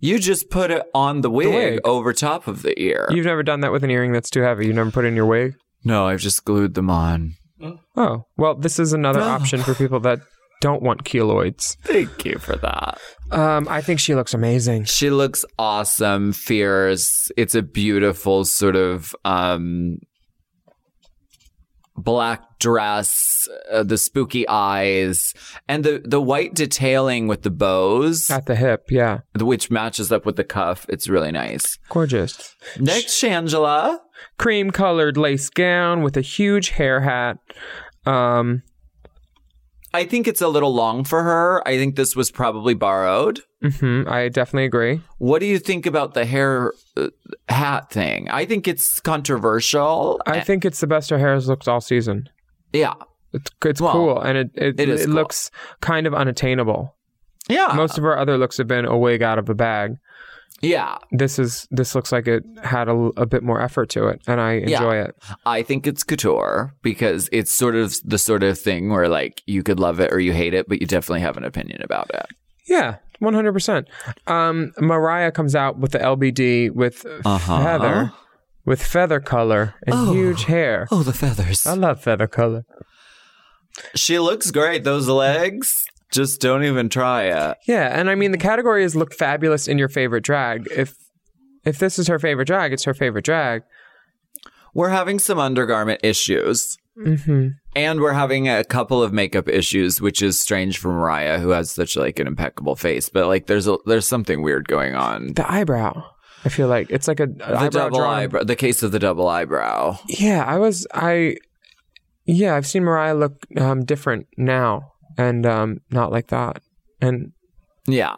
C: You just put it on the wig,
D: wig.
C: over top of the ear.
D: you've never done that with an earring that's too heavy, you never put it in your wig.
C: no, I've just glued them on.
D: Oh, well, this is another option for people that don't want keloids.
C: Thank you for that.
D: Um, I think she looks amazing.
C: She looks awesome, fierce. It's a beautiful sort of um black dress, uh, the spooky eyes, and the the white detailing with the bows,
D: At the hip, yeah,
C: which matches up with the cuff. It's really nice.
D: gorgeous.
C: Next, Shangela.
D: Cream colored lace gown with a huge hair hat. Um,
C: I think it's a little long for her. I think this was probably borrowed.
D: mhm, I definitely agree.
C: What do you think about the hair uh, hat thing? I think it's controversial.
D: I think it's the best her hair has looked all season.
C: yeah.
D: It's it's
C: Well,
D: cool and it it,
C: it
D: it,
C: is cool. Uh,
D: looks kind of unattainable.
C: Yeah.
D: Most of her other looks have been a wig out of a bag.
C: yeah.
D: This is this looks like it had a, l- a bit more effort to it, and I
C: Yeah.
D: enjoy it.
C: I think it's couture because it's sort of the sort of thing where like you could love it or you hate it, but you definitely have an opinion about it.
D: Yeah, one hundred percent. Um, Mariah comes out with the LBD with
C: Uh-huh.
D: feather, with feather color and huge hair.
C: Oh, the feathers.
D: I love feather color.
C: She looks great. Those legs. Just don't even try it.
D: Yeah, and I mean the category is look fabulous in your favorite drag. If if this is her favorite drag, it's her favorite drag.
C: We're having some undergarment issues.
D: Mm-hmm.
C: And we're having a couple of makeup issues, which is strange for Mariah, who has such like an impeccable face. But like, there's a there's something weird going on.
D: The eyebrow. I feel like it's like a the
C: the
D: eyebrow
C: double
D: drawing.
C: eyebrow, the case of the double eyebrow.
D: Yeah, I was I yeah, I've seen Mariah look um different now and um not like that. And
C: Yeah,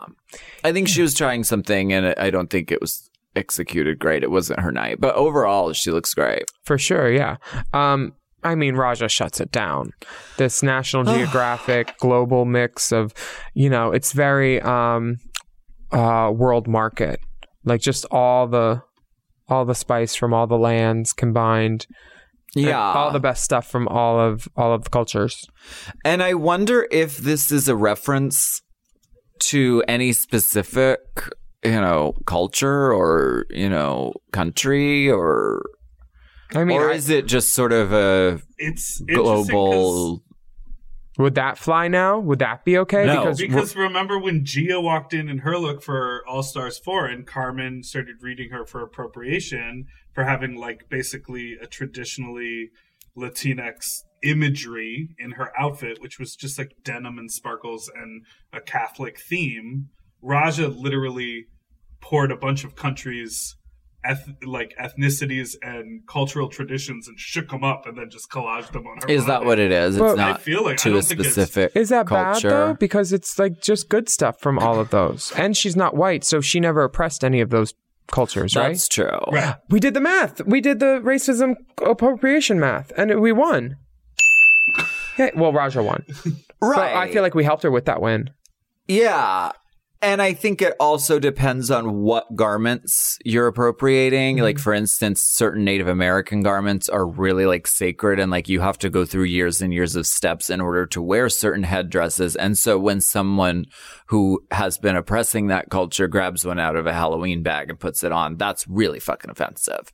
C: I think she was trying something, and I don't think it was executed great. It wasn't her night, but overall, she looks great.
D: for sure, yeah. Um I mean Raja shuts it down. This National Geographic global mix of, you know, it's very um uh world market. Like just all the all the spice from all the lands combined. and
C: Yeah,
D: All the best stuff from all of all of the cultures.
C: and I wonder if this is a reference to any specific, you know, culture or you know, country or
D: I mean,
C: or
D: I-
C: is it just sort of a
F: It's interesting 'cause-
C: global?
D: Would that fly now? Would that be okay?
C: No.
D: Because,
F: Because remember when Gia walked in in her look for All Stars 4 and Carmen started reading her for appropriation for having like basically a traditionally Latinx imagery in her outfit, which was just like denim and sparkles and a Catholic theme. Raja literally poured a bunch of countries eth- like ethnicities and cultural traditions and shook them up and then just collaged them on her.
C: Is that
F: body.
C: what it is? It's
D: Well-
C: not
F: I feel like- I
C: to a
F: don't think it's-
C: specific
D: Is that
C: culture.
D: bad though? Because it's like just good stuff from all of those. And she's not white, so she never oppressed any of those cultures, right?
C: That's true.
F: Right.
D: We did the math. We did the racism appropriation math, and we won. Okay, well, Raja won. But
C: Right.
D: I feel like we helped her with that win.
C: Yeah. And I think it also depends on what garments you're appropriating. Like, for instance, certain Native American garments are really like sacred and like you have to go through years and years of steps in order to wear certain headdresses. And so when someone who has been oppressing that culture grabs one out of a Halloween bag and puts it on, that's really fucking offensive.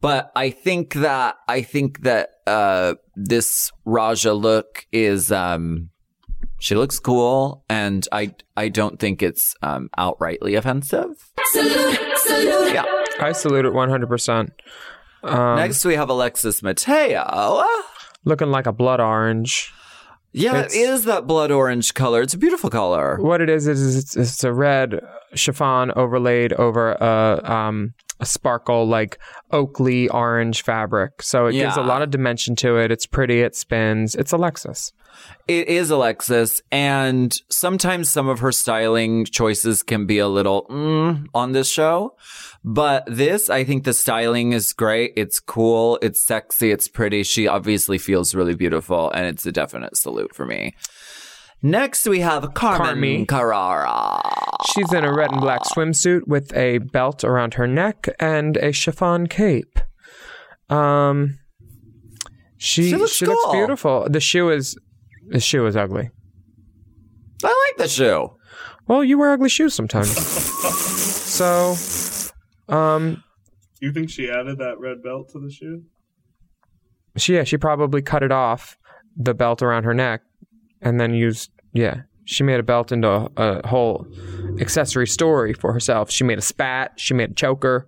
C: But I think that, I think that, uh, this Raja look is, um, she looks cool, and I I don't think it's um, outrightly offensive. Yeah.
D: I salute it 100%. Um,
C: Next, we have Alexis Mateo.
D: Looking like a blood orange.
C: Yeah,
D: It's-
C: it is that blood orange color. It's a beautiful color.
D: What it is, is it's, it's a red chiffon overlaid over a, um, a sparkle, like Oakley orange fabric. So it gives a
C: Yeah.
D: lot of dimension to it. It's pretty, it spins. It's Alexis.
C: It is Alexis, and sometimes some of her styling choices can be a little mm, on this show. But this, I think the styling is great. It's cool. It's sexy. It's pretty. She obviously feels really beautiful, and it's a definite salute for me. Next, we have Carmen
D: Carmi.
C: Carrara.
D: She's in a red and black swimsuit with a belt around her neck and a chiffon cape. Um, she
C: She
D: she
C: looks
D: looks,
C: cool.
D: beautiful. The shoe is the shoe is ugly.
C: I like the shoe.
D: Well, you wear ugly shoes
C: (laughs)
D: sometimes. so, um,
F: You think she added that red belt to the shoe?
D: she yeah she probably cut it off the belt around her neck and then used yeah she made a belt into a, a whole accessory story for herself. She made a spat. She made a choker.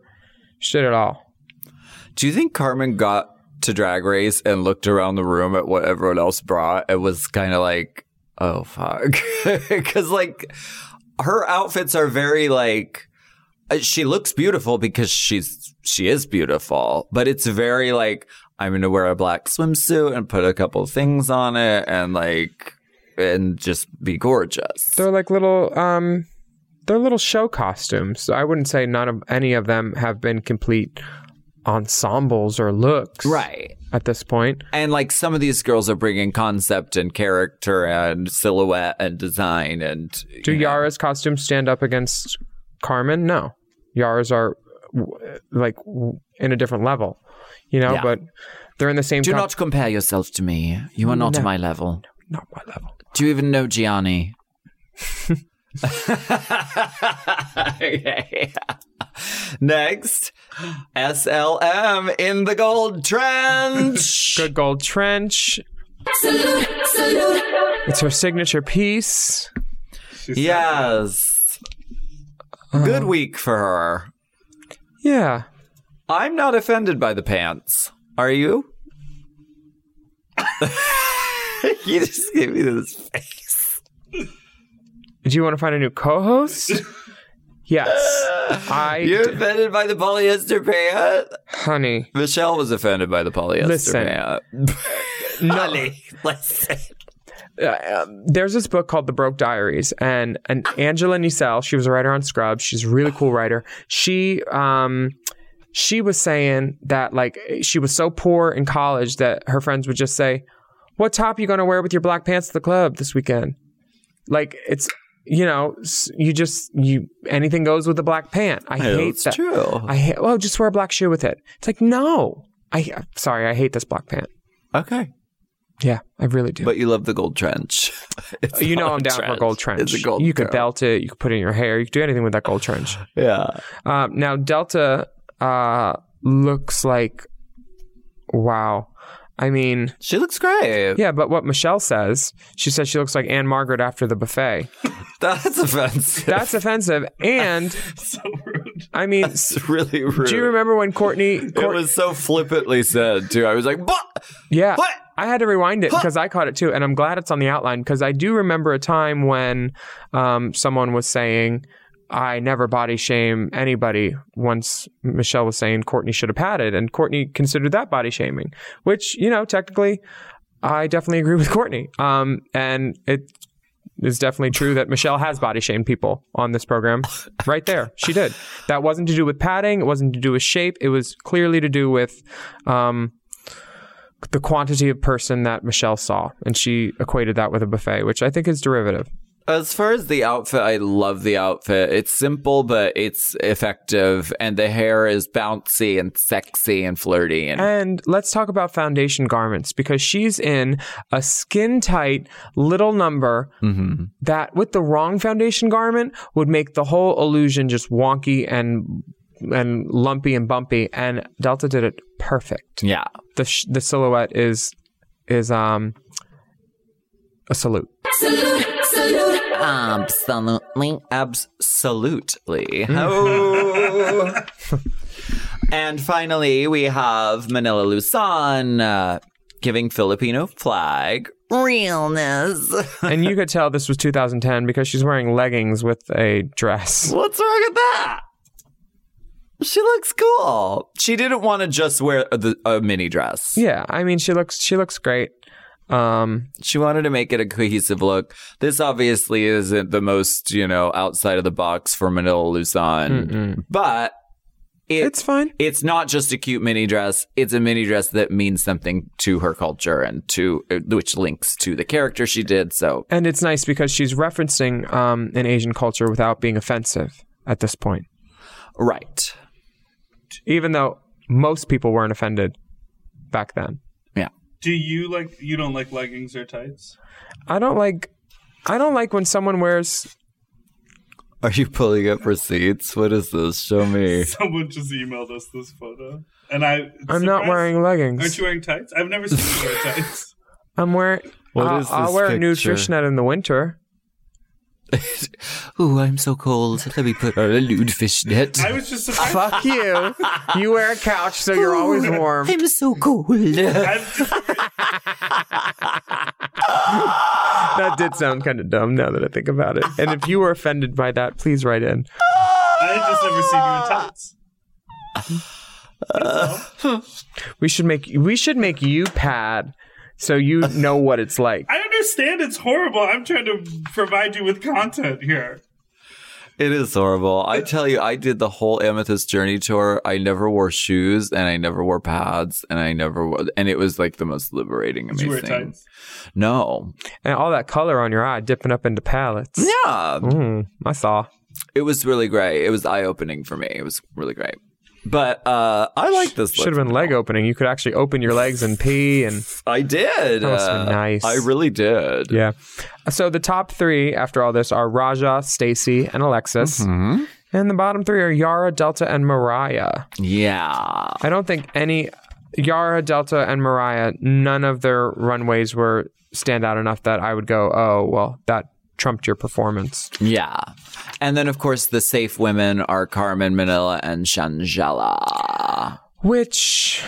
D: She did it all.
C: Do you think Carmen got to Drag Race and looked around the room at what everyone else brought and was kind of like, oh, fuck? (laughs) Because, like, her outfits are very, like, uh, she looks beautiful because she's, she is beautiful, but it's very, like, I'm going to wear a black swimsuit and put a couple things on it and, like, and just be gorgeous.
D: They're like little um they're little show costumes. So I wouldn't say none of any of them have been complete ensembles or looks
C: Right.
D: at this point.
C: And like some of these girls are bringing concept and character and silhouette and design and
D: Do
C: you know.
D: Yara's costumes stand up against Carmen? No. Yara's are w- like w- in a different level. You know,
C: Yeah.
D: but they're in the same
C: Do
D: co-
C: not compare yourself to me. You are not
D: No.
C: my level.
D: not my level.
C: Do you even know Gianni? (laughs) okay. Next, SLM in the gold (laughs) trench.
D: Good gold trench. It's her signature piece.
F: She said-
C: yes. Good week for her.
D: Yeah.
C: I'm not offended by the pants. Are (laughs) you? you just gave me this face.
D: Do you want to find a new co-host? yes. I
C: You're offended by the polyester pant?
D: honey.
C: Michelle was offended by the polyester
D: Listen. (laughs)
C: pant. Nully. Listen.
D: There's this book called The Broke Diaries, and and Angela Nisel, she was a writer on Scrubs. She's a really cool writer. She um she was saying that like she was so poor in college that her friends would just say, "What top you gonna wear with your black pants to the club this weekend?" Like it's you know s- you just you anything goes with a black pant. I hate
C: It's
D: that.
C: true.
D: I hate. Well, just wear a black shoe with it. It's like no. I I'm sorry. I hate this black pant.
C: okay.
D: Yeah, I really do.
C: But you love the gold trench. (laughs) It's
D: you know
C: not (laughs)
D: I'm
C: a
D: down for gold trench.
C: It's a gold
D: you could
C: girl.
D: belt it. You could put it in your hair. You could do anything with that gold trench.
C: Yeah.
D: Um, now Delta uh, looks like wow. I mean,
C: She looks great.
D: yeah, but what Michelle says, she says she looks like Anne Margaret after the buffet.
C: That's offensive. (laughs)
D: That's offensive. And
F: So rude.
D: I mean,
C: That's really rude.
D: do you remember when
C: (laughs)
D: Courtney?
C: It
D: Court-
C: was so flippantly said, too. I was like, what?
D: Yeah.
C: What?
D: I had to rewind it because I caught it too, and I'm glad it's on the outline because I do remember a time when um, someone was saying I never body shame anybody. Once Michelle was saying Courtney should have padded, and Courtney considered that body shaming, which you know technically, I definitely agree with Courtney. Um, and it is definitely true that Michelle has body shamed people on this program. Right there, she did. That wasn't to do with padding. It wasn't to do with shape. It was clearly to do with. Um, the quantity of person that Michelle saw, and she equated that with a buffet, which I think is derivative.
C: As far as the outfit, I love the outfit. It's simple, but it's effective, and the hair is bouncy and sexy and flirty. And,
D: And let's talk about foundation garments because she's in a skin tight little number that, with the wrong foundation garment, would make the whole illusion just wonky and and lumpy and bumpy. And Delta did it perfect.
C: yeah,
D: The sh- the silhouette is is um a salute.
C: absolutely, (laughs) absolutely. Oh. and finally, we have Manila Luzon uh, giving Filipino flag realness.
D: and you could tell this was 2010 because she's wearing leggings with a dress.
C: (laughs) What's wrong with that? She looks cool. She didn't want to just wear a, the, a mini dress.
D: Yeah, I mean she looks she looks great. Um,
C: She wanted to make it a cohesive look. This obviously isn't the most, you know, outside of the box for Manila Luzon, but it,
D: it's
C: it's
D: fine.
C: it's not just a cute mini dress. It's a mini dress that means something to her culture and to uh, which links to the character she did. So
D: And it's nice because she's referencing um, an Asian culture without being offensive at this point.
C: right,
D: Even though most people weren't offended back then.
C: yeah.
F: Do you like you don't like leggings or tights? (laughs)
D: I don't like I don't like when someone wears
C: Are you pulling up receipts? What is this? Show me.
F: Someone just emailed us this photo, and I.
D: I'm not
F: surprised-
D: wearing
F: Aren't
D: leggings.
F: you wearing tights? I've never seen you wear
I: (laughs)
F: tights.
D: I'm wearing
C: What
D: I'll,
C: is
D: I'll
C: this
D: wear a new
C: picture?
D: fishnet in the winter.
C: Ooh, I'm so cold. Let me put on a nude fishnet.
F: I was just surprised.
D: Fuck you. You wear a couch so you're always warm.
C: I'm so cold.
F: I'm just-
D: that did sound kind of dumb now that I think about it. And if you were offended by that, please write in.
F: I had just never seen you in
I: (laughs)
F: tights.
D: We should make we should make you pad so you know what it's like.
F: I understand it's horrible. I'm trying to provide you with content here.
C: It is horrible. I tell you, I did the whole Amethyst Journey tour. I never wore shoes and I never wore pads and I never wore, and it was like the most liberating,
F: Did you
C: amazing.
F: wear tights?
C: No.
D: And all that color on your eye dipping up into palettes.
C: Yeah.
D: Mm, I saw.
C: It was really great. It was eye opening for me. It was really great. But uh, I like this.
D: Should have
C: look.
D: been leg opening. You could actually open your legs and pee and
C: I did. uh,
D: That must've been nice.
C: I really did.
D: yeah. So the top three after all this are Raja, Stacy, and Alexis.
C: Mm-hmm.
D: And the bottom three are Yara, Delta, and Mariah.
C: Yeah.
D: I don't think any Yara, Delta, and Mariah, none of their runways were stand out enough that I would go, oh, well, that trumped your performance.
C: Yeah. And then, of course, the safe women are Carmen, Manila, and Shangela.
D: Which,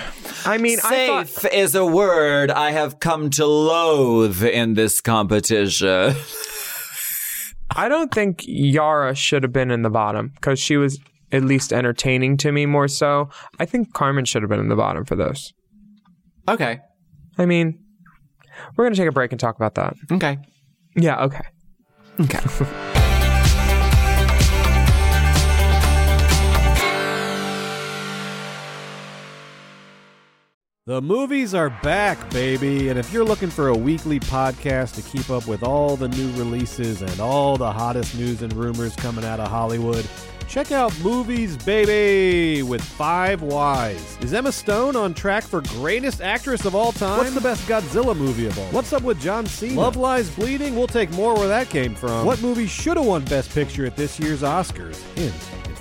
D: I mean, I thought.
C: Safe is a word I have come to loathe in this competition.
D: I don't think Yara should have been in the bottom because she was at least entertaining to me more so. I think Carmen should have been in the bottom for those.
C: Okay.
D: I mean, we're going to take a break and talk about that.
C: Okay.
D: Yeah, okay.
C: Okay.
J: The movies are back, baby, and if you're looking for a weekly podcast to keep up with all the new releases and all the hottest news and rumors coming out of Hollywood, check out Movies Baby with Five Whys. Is Emma Stone on track for greatest actress of all time? What's the best Godzilla movie of all? What's up with John Cena? Love Lies Bleeding? We'll take more where that came from. What movie should have won Best Picture at this year's Oscars? Hint. It's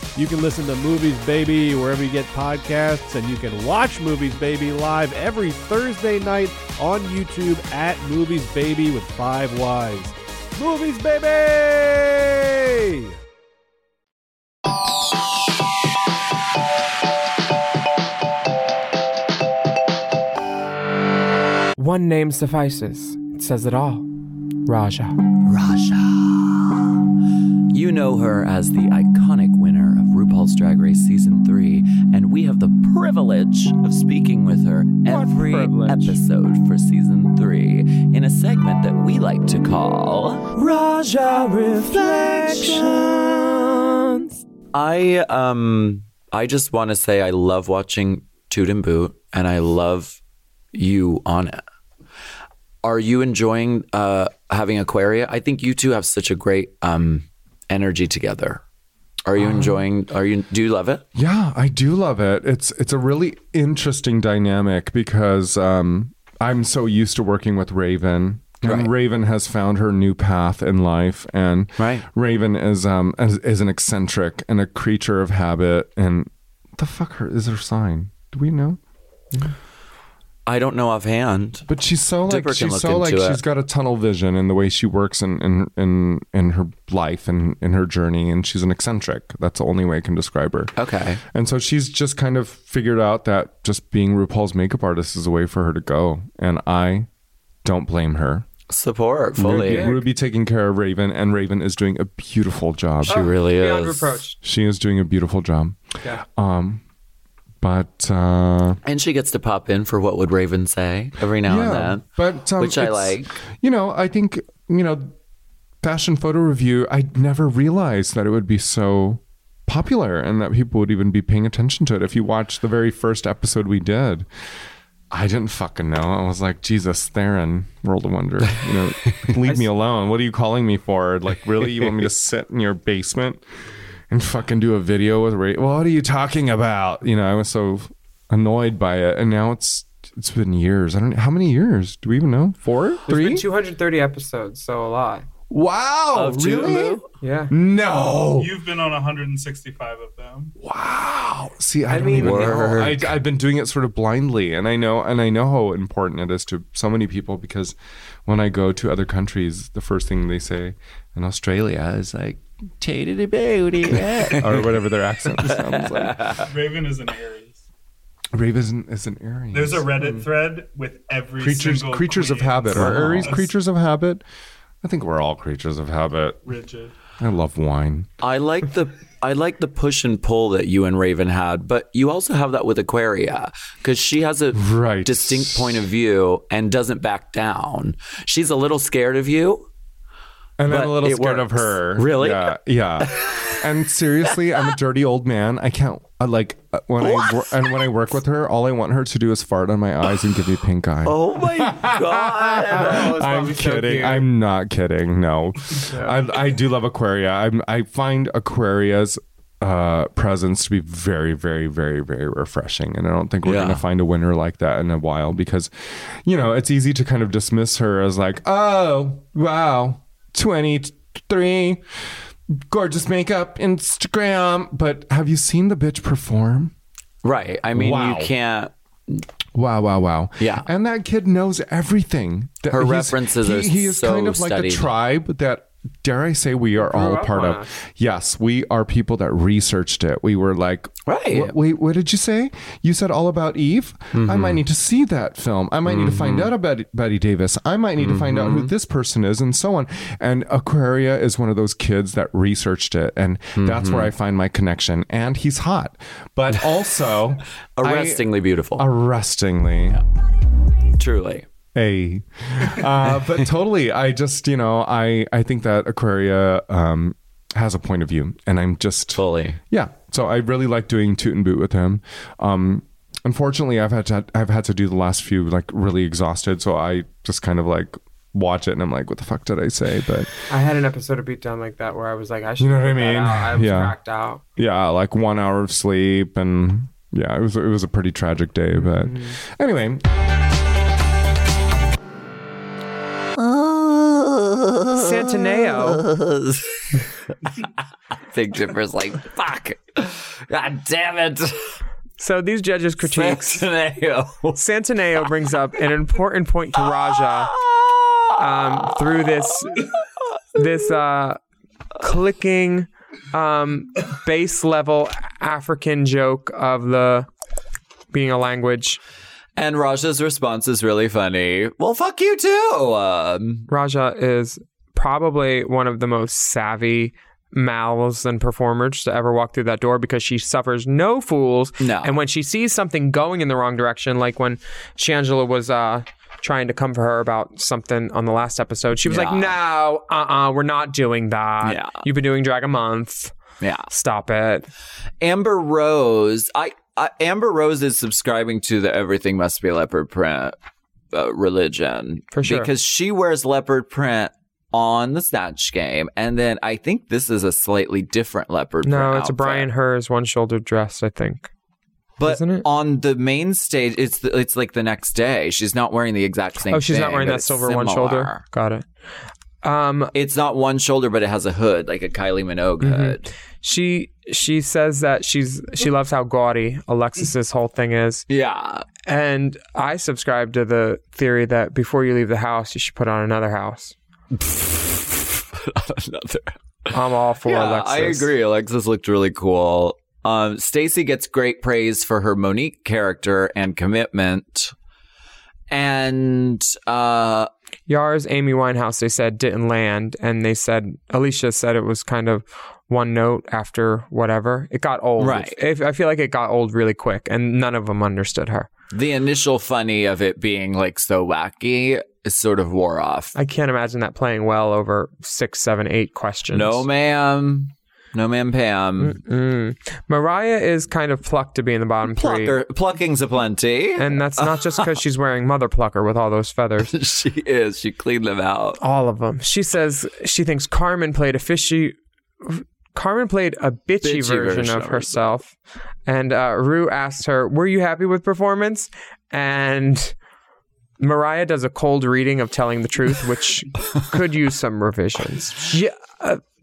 J: You can listen to Movies Baby wherever you get podcasts, and you can watch Movies Baby live every Thursday night on YouTube at Movies Baby with Five Wives. Movies Baby!
D: One name suffices. It says it all. Raja.
C: You know her as the iconic winner of RuPaul's Drag Race Season 3, and we have the privilege of speaking with her every
D: privilege?
C: episode for Season 3 in a segment that we like to call Raja Reflections. I um I just want to say I love watching Toot and Boot and I love you on it. Are you enjoying uh, having Aquaria? I think you two have such a great um, energy together. Are
I: Um,
C: you enjoying? Are you? Do you love it?
I: Yeah, I do love it. It's it's a really interesting dynamic because um, I'm so used to working with Raven. And
C: Right.
I: Raven has found her new path in life, and
C: Right.
I: Raven is um is, is an eccentric and a creature of habit. And the fuck her is her sign? Do we know?
C: I don't know offhand.
I: But she's so like
C: Dipper can
I: she's
C: look
I: so like
C: into it.
I: she's got a tunnel vision in the way she works in in in, in her life and in her journey, and she's an eccentric. That's the only way I can describe her.
C: Okay.
I: And so she's just kind of figured out that just being RuPaul's makeup artist is a way for her to go. And I don't blame her.
C: Support fully.
I: Ruby, Ruby taking care of Raven, and Raven is doing a beautiful job.
C: She really
D: Beyond
C: is.
D: reproach.
I: She is doing a beautiful job.
D: Yeah.
I: Um, but uh,
C: And she gets to pop in for what would Raven say every now and then.
I: But um,
C: Which I
I: it's-
C: like.
I: You know, I think you know, fashion photo review. I never realized that it would be so popular and that people would even be paying attention to it. If you watch the very first episode we did, I didn't fucking know. I was like, Jesus, Theron, World of Wonder. You know, leave me alone. What are you calling me for? Like, really, you want me to sit in your basement? and fucking do a video with Ray. What are you talking about? You know, I was so annoyed by it, and now it's it's been years. I don't how many years do we even know? Four,
D: There's
I: three?
D: been 230 episodes, so a lot.
I: wow,
C: Of Toot and Boot?
D: Yeah.
I: No,
F: You've been on 165 of them.
I: wow. See, I, don't
D: mean-
I: even know. I,
C: Work.
I: I've been doing it sort of blindly, and I know and I know how important it is to so many people because when I go to other countries, the first thing they say in Australia is like. Tated a (laughs) booty, yeah," eh? or whatever their accent sounds (laughs) like.
F: Raven is an Aries.
I: Raven is an Aries.
F: There's a Reddit thread with every
I: creatures
F: single
I: creatures of
F: queen.
I: habit are Aries
F: That's
I: creatures of habit. I think we're all creatures of habit.
F: Rigid. (laughs)
I: I love wine.
C: I like the I like the push and pull that you and Raven had, but you also have that with Aquaria because she has a
I: Right.
C: distinct point of view and doesn't back down. She's a little scared of you.
I: And
C: But
I: I'm a little
C: it
I: scared of
C: works.
I: her.
C: Really?
I: Yeah. Yeah. and seriously, I'm a dirty old man. I can't I like uh, when I wor- and when I work with her, all I want her to do is fart on my eyes and give me pink eye.
C: Oh my god!
I: I'm kidding. I'm not kidding. No, I, I do love Aquaria. I'm, I find Aquaria's uh, presence to be very, very, very, very refreshing, and I don't think we're
C: Yeah.
I: going to find a winner like that in a while because, you know, it's easy to kind of dismiss her as like, oh wow, twenty three, gorgeous makeup, Instagram. But have you seen the bitch perform?
C: Right. I mean,
I: Wow.
C: you can't.
I: Wow, wow, wow.
C: Yeah.
I: And that kid knows everything. That
C: Her
I: he's-
C: references
I: he,
C: are
I: He is
C: so
I: kind of like
C: studied.
I: a tribe that, dare I say, we are all a
D: up
I: part
D: on
I: of.
D: us.
I: Yes, we are people that researched it. We were like,
C: Right.
I: "Wha- wait, what did you say? You said all about Eve? I
C: Mm-hmm.
I: might need to see that film. I might need to find out about Betty Davis. I might need to find out
C: Mm-hmm.
I: who this person is and so on. And Aquaria is one of those kids that researched it. And that's where
C: Mm-hmm.
I: I find my connection. And he's hot,
C: (laughs)
I: but also I-
C: Arrestingly beautiful.
I: arrestingly
C: truly.
I: a (laughs) uh, but totally i just you know i i think that aquaria um has a point of view and i'm just
C: Fully.
I: yeah so i really like doing toot and boot with him um unfortunately i've had to i've had to do the last few like really exhausted so i just kind of like watch it and i'm like what the fuck did i say but
D: I had an episode of Beatdown like that where I was like, I should.
I: know what
D: put
I: I
D: that
I: mean?
D: out. I was
I: Yeah.
D: cracked out.
I: yeah, like one hour of sleep and yeah, it was it was a pretty tragic day, but anyway.
D: Santaneo.
C: Big Dipper's like, fuck. God damn it.
D: So these judges' critiques.
C: Santaneo.
D: Santaneo brings up an important point to Raja um, through this this uh, clicking um, base level African joke of the being a language.
C: And Raja's response is really funny. Well, fuck you too. Um,
D: Raja is probably one of the most savvy mouths and performers to ever walk through that door because she suffers no fools.
C: No.
D: And when she sees something going in the wrong direction, like when Shangela was uh, trying to come for her about something on the last episode, she was
C: Yeah.
D: like, no, uh uh, we're not doing that.
C: Yeah.
D: You've been doing drag a month.
C: yeah.
D: Stop it.
C: Amber Rose. I, I Amber Rose is subscribing to the everything must be leopard print uh, religion
D: For sure.
C: because she wears leopard print on the snatch game, and then I think this is a slightly different leopard.
D: No,
C: print
D: it's a
C: outfit.
D: Brian Hers one shoulder dress, I think.
C: but
D: isn't it?
C: on the main stage, it's the, it's like the next day. She's not wearing the exact same.
D: Oh, she's not
C: thing,
D: wearing
C: but
D: that
C: it's
D: silver one shoulder.
C: similar.
D: Got it. Um,
C: It's not one shoulder, but it has a hood, like a Kylie Minogue
D: Mm-hmm.
C: hood.
D: she she says that she's she
C: Mm.
D: loves how gaudy Alexis's whole thing is,
C: Yeah. (laughs)
D: and I subscribe to the theory that before you leave the house, you should put on another house.
C: Another
D: I'm all for
C: Yeah,
D: Alexis.
C: I agree. Alexis looked really cool. Um, Stacy gets great praise for her Monique character and commitment. And uh,
D: Yars, Amy Winehouse, they said didn't land, and they said Alicia said it was kind of one note after whatever. It got old.
C: Right.
D: It- I feel like it got old really quick, and none of them understood her.
C: the initial funny of it being like so wacky is sort of wore off.
D: I can't imagine that playing well over six, seven, eight questions.
C: No, ma'am. No, ma'am, Pam.
D: Mm. Mariah is kind of plucked to be in the bottom three.
C: Plucker, plucking's a plenty.
D: And that's not just because she's wearing Mother Plucker with all those feathers.
C: (laughs) she is. She cleaned them out.
D: All of them. She says she thinks Carmen played a fishy. Carmen played a bitchy,
C: Bitchy
D: version,
C: version
D: of
C: of
D: herself. And uh, Rue asked her, Were you happy with performance? And Mariah does a cold reading of Telling the Truth, (laughs) which could use some revisions. Yeah.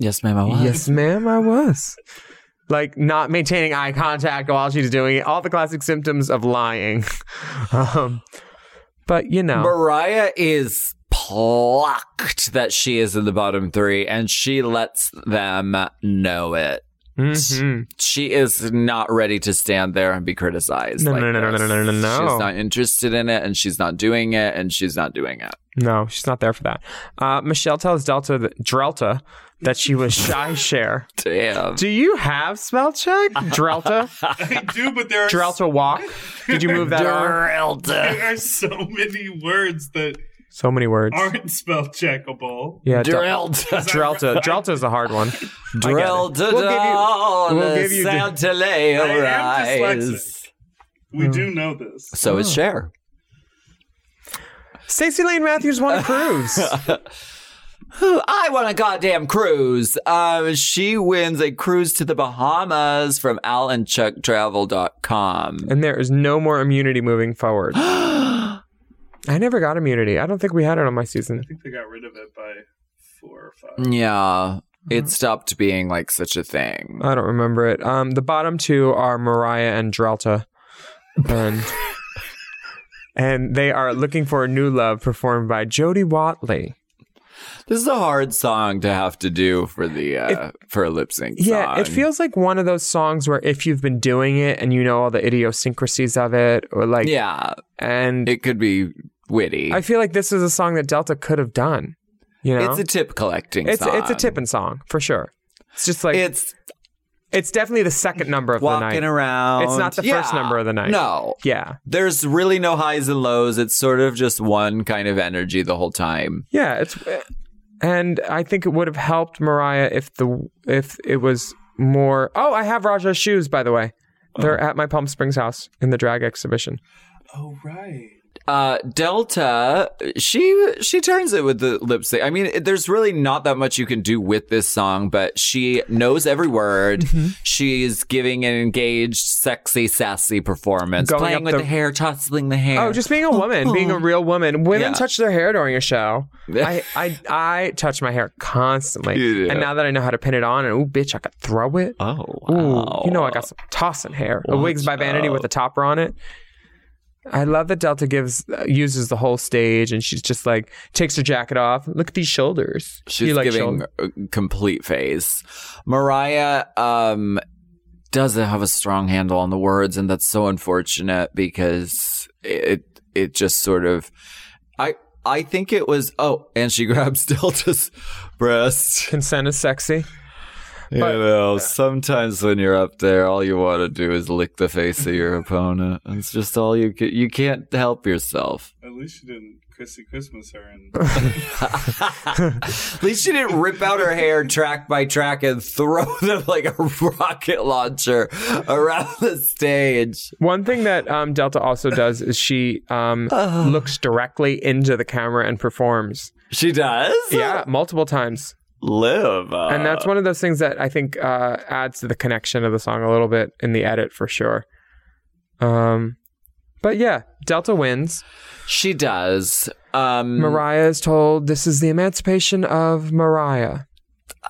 C: Yes, ma'am. I was.
D: Yes, ma'am, I was. Like not maintaining eye contact while she's doing it. All the classic symptoms of lying. (laughs) um, but you know,
C: Mariah is plucked that she is in the bottom three, and she lets them know it.
D: Mhm.
C: She is not ready to stand there and be criticized.
D: No,
C: like
D: no, no, no,
C: this.
D: no, no, no, no.
C: She's not interested in it, and she's not doing it, and she's not doing it.
D: no, she's not there for that. Uh, Michelle tells Delta that, Drelta that she was shy share. (laughs)
C: Damn.
D: Do you have spell check? Drelta?
F: I do, but there are,
D: Drelta walk? Did you move that R?
F: (laughs)
D: (laughs)
F: there are so many words that
D: So many words.
F: aren't spell checkable.
D: Yeah, Drelta.
C: Drilled.
D: Drelta. Drelta is a hard one.
C: Drilled down
D: We'll give you- we'll
C: the
D: give you the-
C: Santaleo
F: I am
C: rise.
F: dyslexic. Hmm. We do know this.
C: So
D: Oh.
C: is Cher.
D: Stacey Lane Matthews won a cruise.
C: I want a goddamn cruise. Um, she wins a cruise to the Bahamas from alanchucktravel.com.
D: (laughs) and there is no more immunity moving (gasps) forward. I never got immunity. I don't think we had it on my season.
F: I think they got rid of it by four or five.
C: Yeah,
D: Mm-hmm.
C: it stopped being like such a thing.
D: I don't remember it. Um, the bottom two are Mariah and Drelta,
C: (laughs)
D: and and they are looking for a new love performed by Jody Watley.
C: This is a hard song to have to do for the uh, for a lip sync.
D: Yeah, it
C: song.
D: feels like one of those songs where if you've been doing it and you know all the idiosyncrasies of it, or like
C: Yeah,
D: and
C: it could be witty.
D: I feel like this is a song that Delta could have done. You know,
C: It's a tip collecting.
D: it's,
C: song.
D: it's a tipping song for sure. It's just like
C: It's
D: It's definitely the second number of the night.
C: walking around.
D: It's not the first
C: Yeah.
D: number of the night.
C: No,
D: Yeah.
C: there's really no highs and lows. It's sort of just one kind of energy the whole time.
D: Yeah, it's and I think it would have helped Mariah if the if it was more Oh, I have Raja's shoes by the way. They're at my Palm Springs house in the drag exhibition.
F: Oh right.
C: Uh, Delta, she she turns it with the lip sync. I mean, it- there's really not that much you can do with this song, but she knows every word.
D: Mm-hmm.
C: She's giving an engaged, sexy, sassy performance,
D: Going
C: playing
D: up
C: with the,
D: the-
C: hair, tossing the hair.
D: Oh, just being a woman, being a real woman. Women
C: Yeah.
D: touch their hair during a show. I, I, I touch my hair constantly,
C: Yeah.
D: and now that I know how to pin it on, and oh, bitch, I could throw it.
C: (laughs) oh,
D: Ooh,
C: wow.
D: you know I got some tossing hair. A wigs by
C: Watch
D: Vanity with a topper on it. I love that Delta gives uh, uses the whole stage, and she's just like takes her jacket off. Look at these shoulders.
C: She's
D: You like
C: giving
D: shoulder-
C: a complete face. Mariah um, doesn't have a strong handle on the words, and that's so unfortunate because it it just sort of I I think it was oh, and she (laughs) grabs Delta's
D: (laughs)
C: breast.
D: consent is sexy.
C: You know, sometimes when you're up there, all you want to do is lick the face of your opponent. It's just all you can, you can't help yourself.
F: At least you didn't Chrissy Christmas her (laughs) and
C: At least she didn't rip out her hair track by track and throw (laughs) them like a rocket launcher around the
D: (sighs)
C: stage.
D: One thing that um, Delta also does is she
C: (sighs)
D: um, looks directly into the camera and performs.
C: She does? uh,
D: Yeah, multiple times.
C: Live.
D: And that's one of those things that I think uh, adds to the connection of the song a little bit in the edit for sure. Um, but yeah, Delta wins.
C: she does. Um,
D: Mariah is told this is the emancipation of Mariah.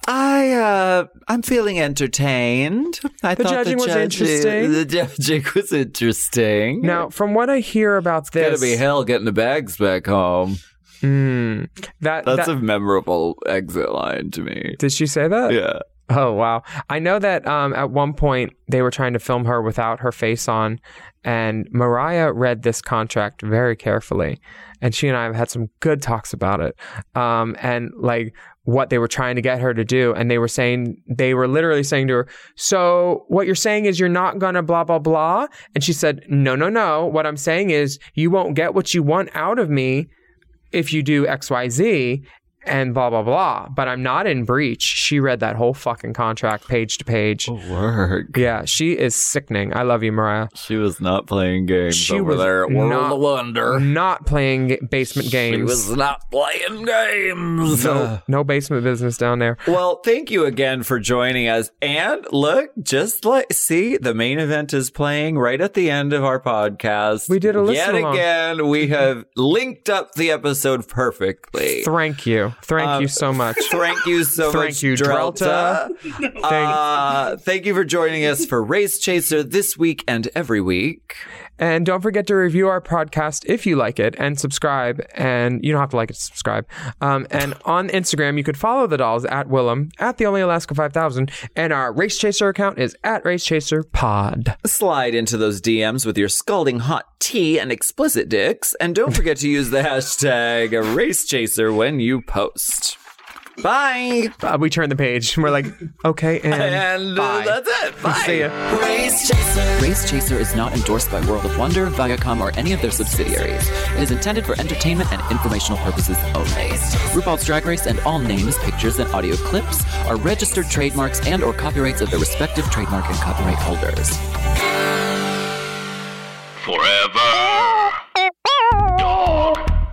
C: I uh, I'm feeling entertained. I
D: The
C: thought
D: judging
C: the
D: was interesting.
C: The judging (laughs) was interesting.
D: Now, from what I hear about
C: it's
D: this,
C: gonna be hell getting the bags back home.
D: Mm, that, that-
C: That's a memorable exit line to me.
D: did she say that?
C: Yeah.
D: Oh wow! I know that um, at one point they were trying to film her without her face on, and Mariah read this contract very carefully, and she and I have had some good talks about it, um, and like what they were trying to get her to do, and they were saying they were literally saying to her, "So what you're saying is you're not gonna blah blah blah," and she said, "No no no. What I'm saying is you won't get what you want out of me." if you do XYZ and blah blah blah, but I'm not in breach. She read that whole fucking contract page to page.
C: Work.
D: Yeah, she is sickening. I love you, Mariah.
C: She was not playing games
D: She
C: over
D: was
C: there at World
D: not-
C: of Wonder.
D: Not playing g- basement
C: She
D: games.
C: was not playing games.
D: no, no basement business down there.
C: Well, thank you again for joining us. And look, just like see, the main event is playing right at the end of our podcast.
D: We did a Mm-hmm.
C: Yet
D: listen-along.
C: again, we have linked up the episode perfectly.
D: Thank you, thank
C: Um,
D: you
K: (laughs)
D: so much.
C: Thank you so
D: Thank
C: much,
D: you,
C: Drelta. Uh, thank you for joining us for Race Chaser this week and every week.
D: And don't forget to review our podcast if you like it and subscribe. And you don't have to like it to subscribe. Um, and on Instagram, you could follow the dolls at Willem, at the only Alaska 5000. And our Race Chaser account is at Race Chaser Pod.
C: Slide into those DMs with your scalding hot tea and explicit dicks, and don't forget to use the hashtag racechaser when you post. Bye.
D: Uh, we turn the page and we're like, okay, and,
C: (laughs) And
D: bye.
C: that's it. Bye.
D: See ya.
B: Race chaser.
L: Race Chaser is not endorsed by World of Wonder, Viacom, or any of their subsidiaries. It is intended for entertainment and informational purposes only. RuPaul's Drag Race and all names, pictures, and audio clips are registered trademarks and or copyrights of their respective trademark and copyright holders.
A: Forever. Dog.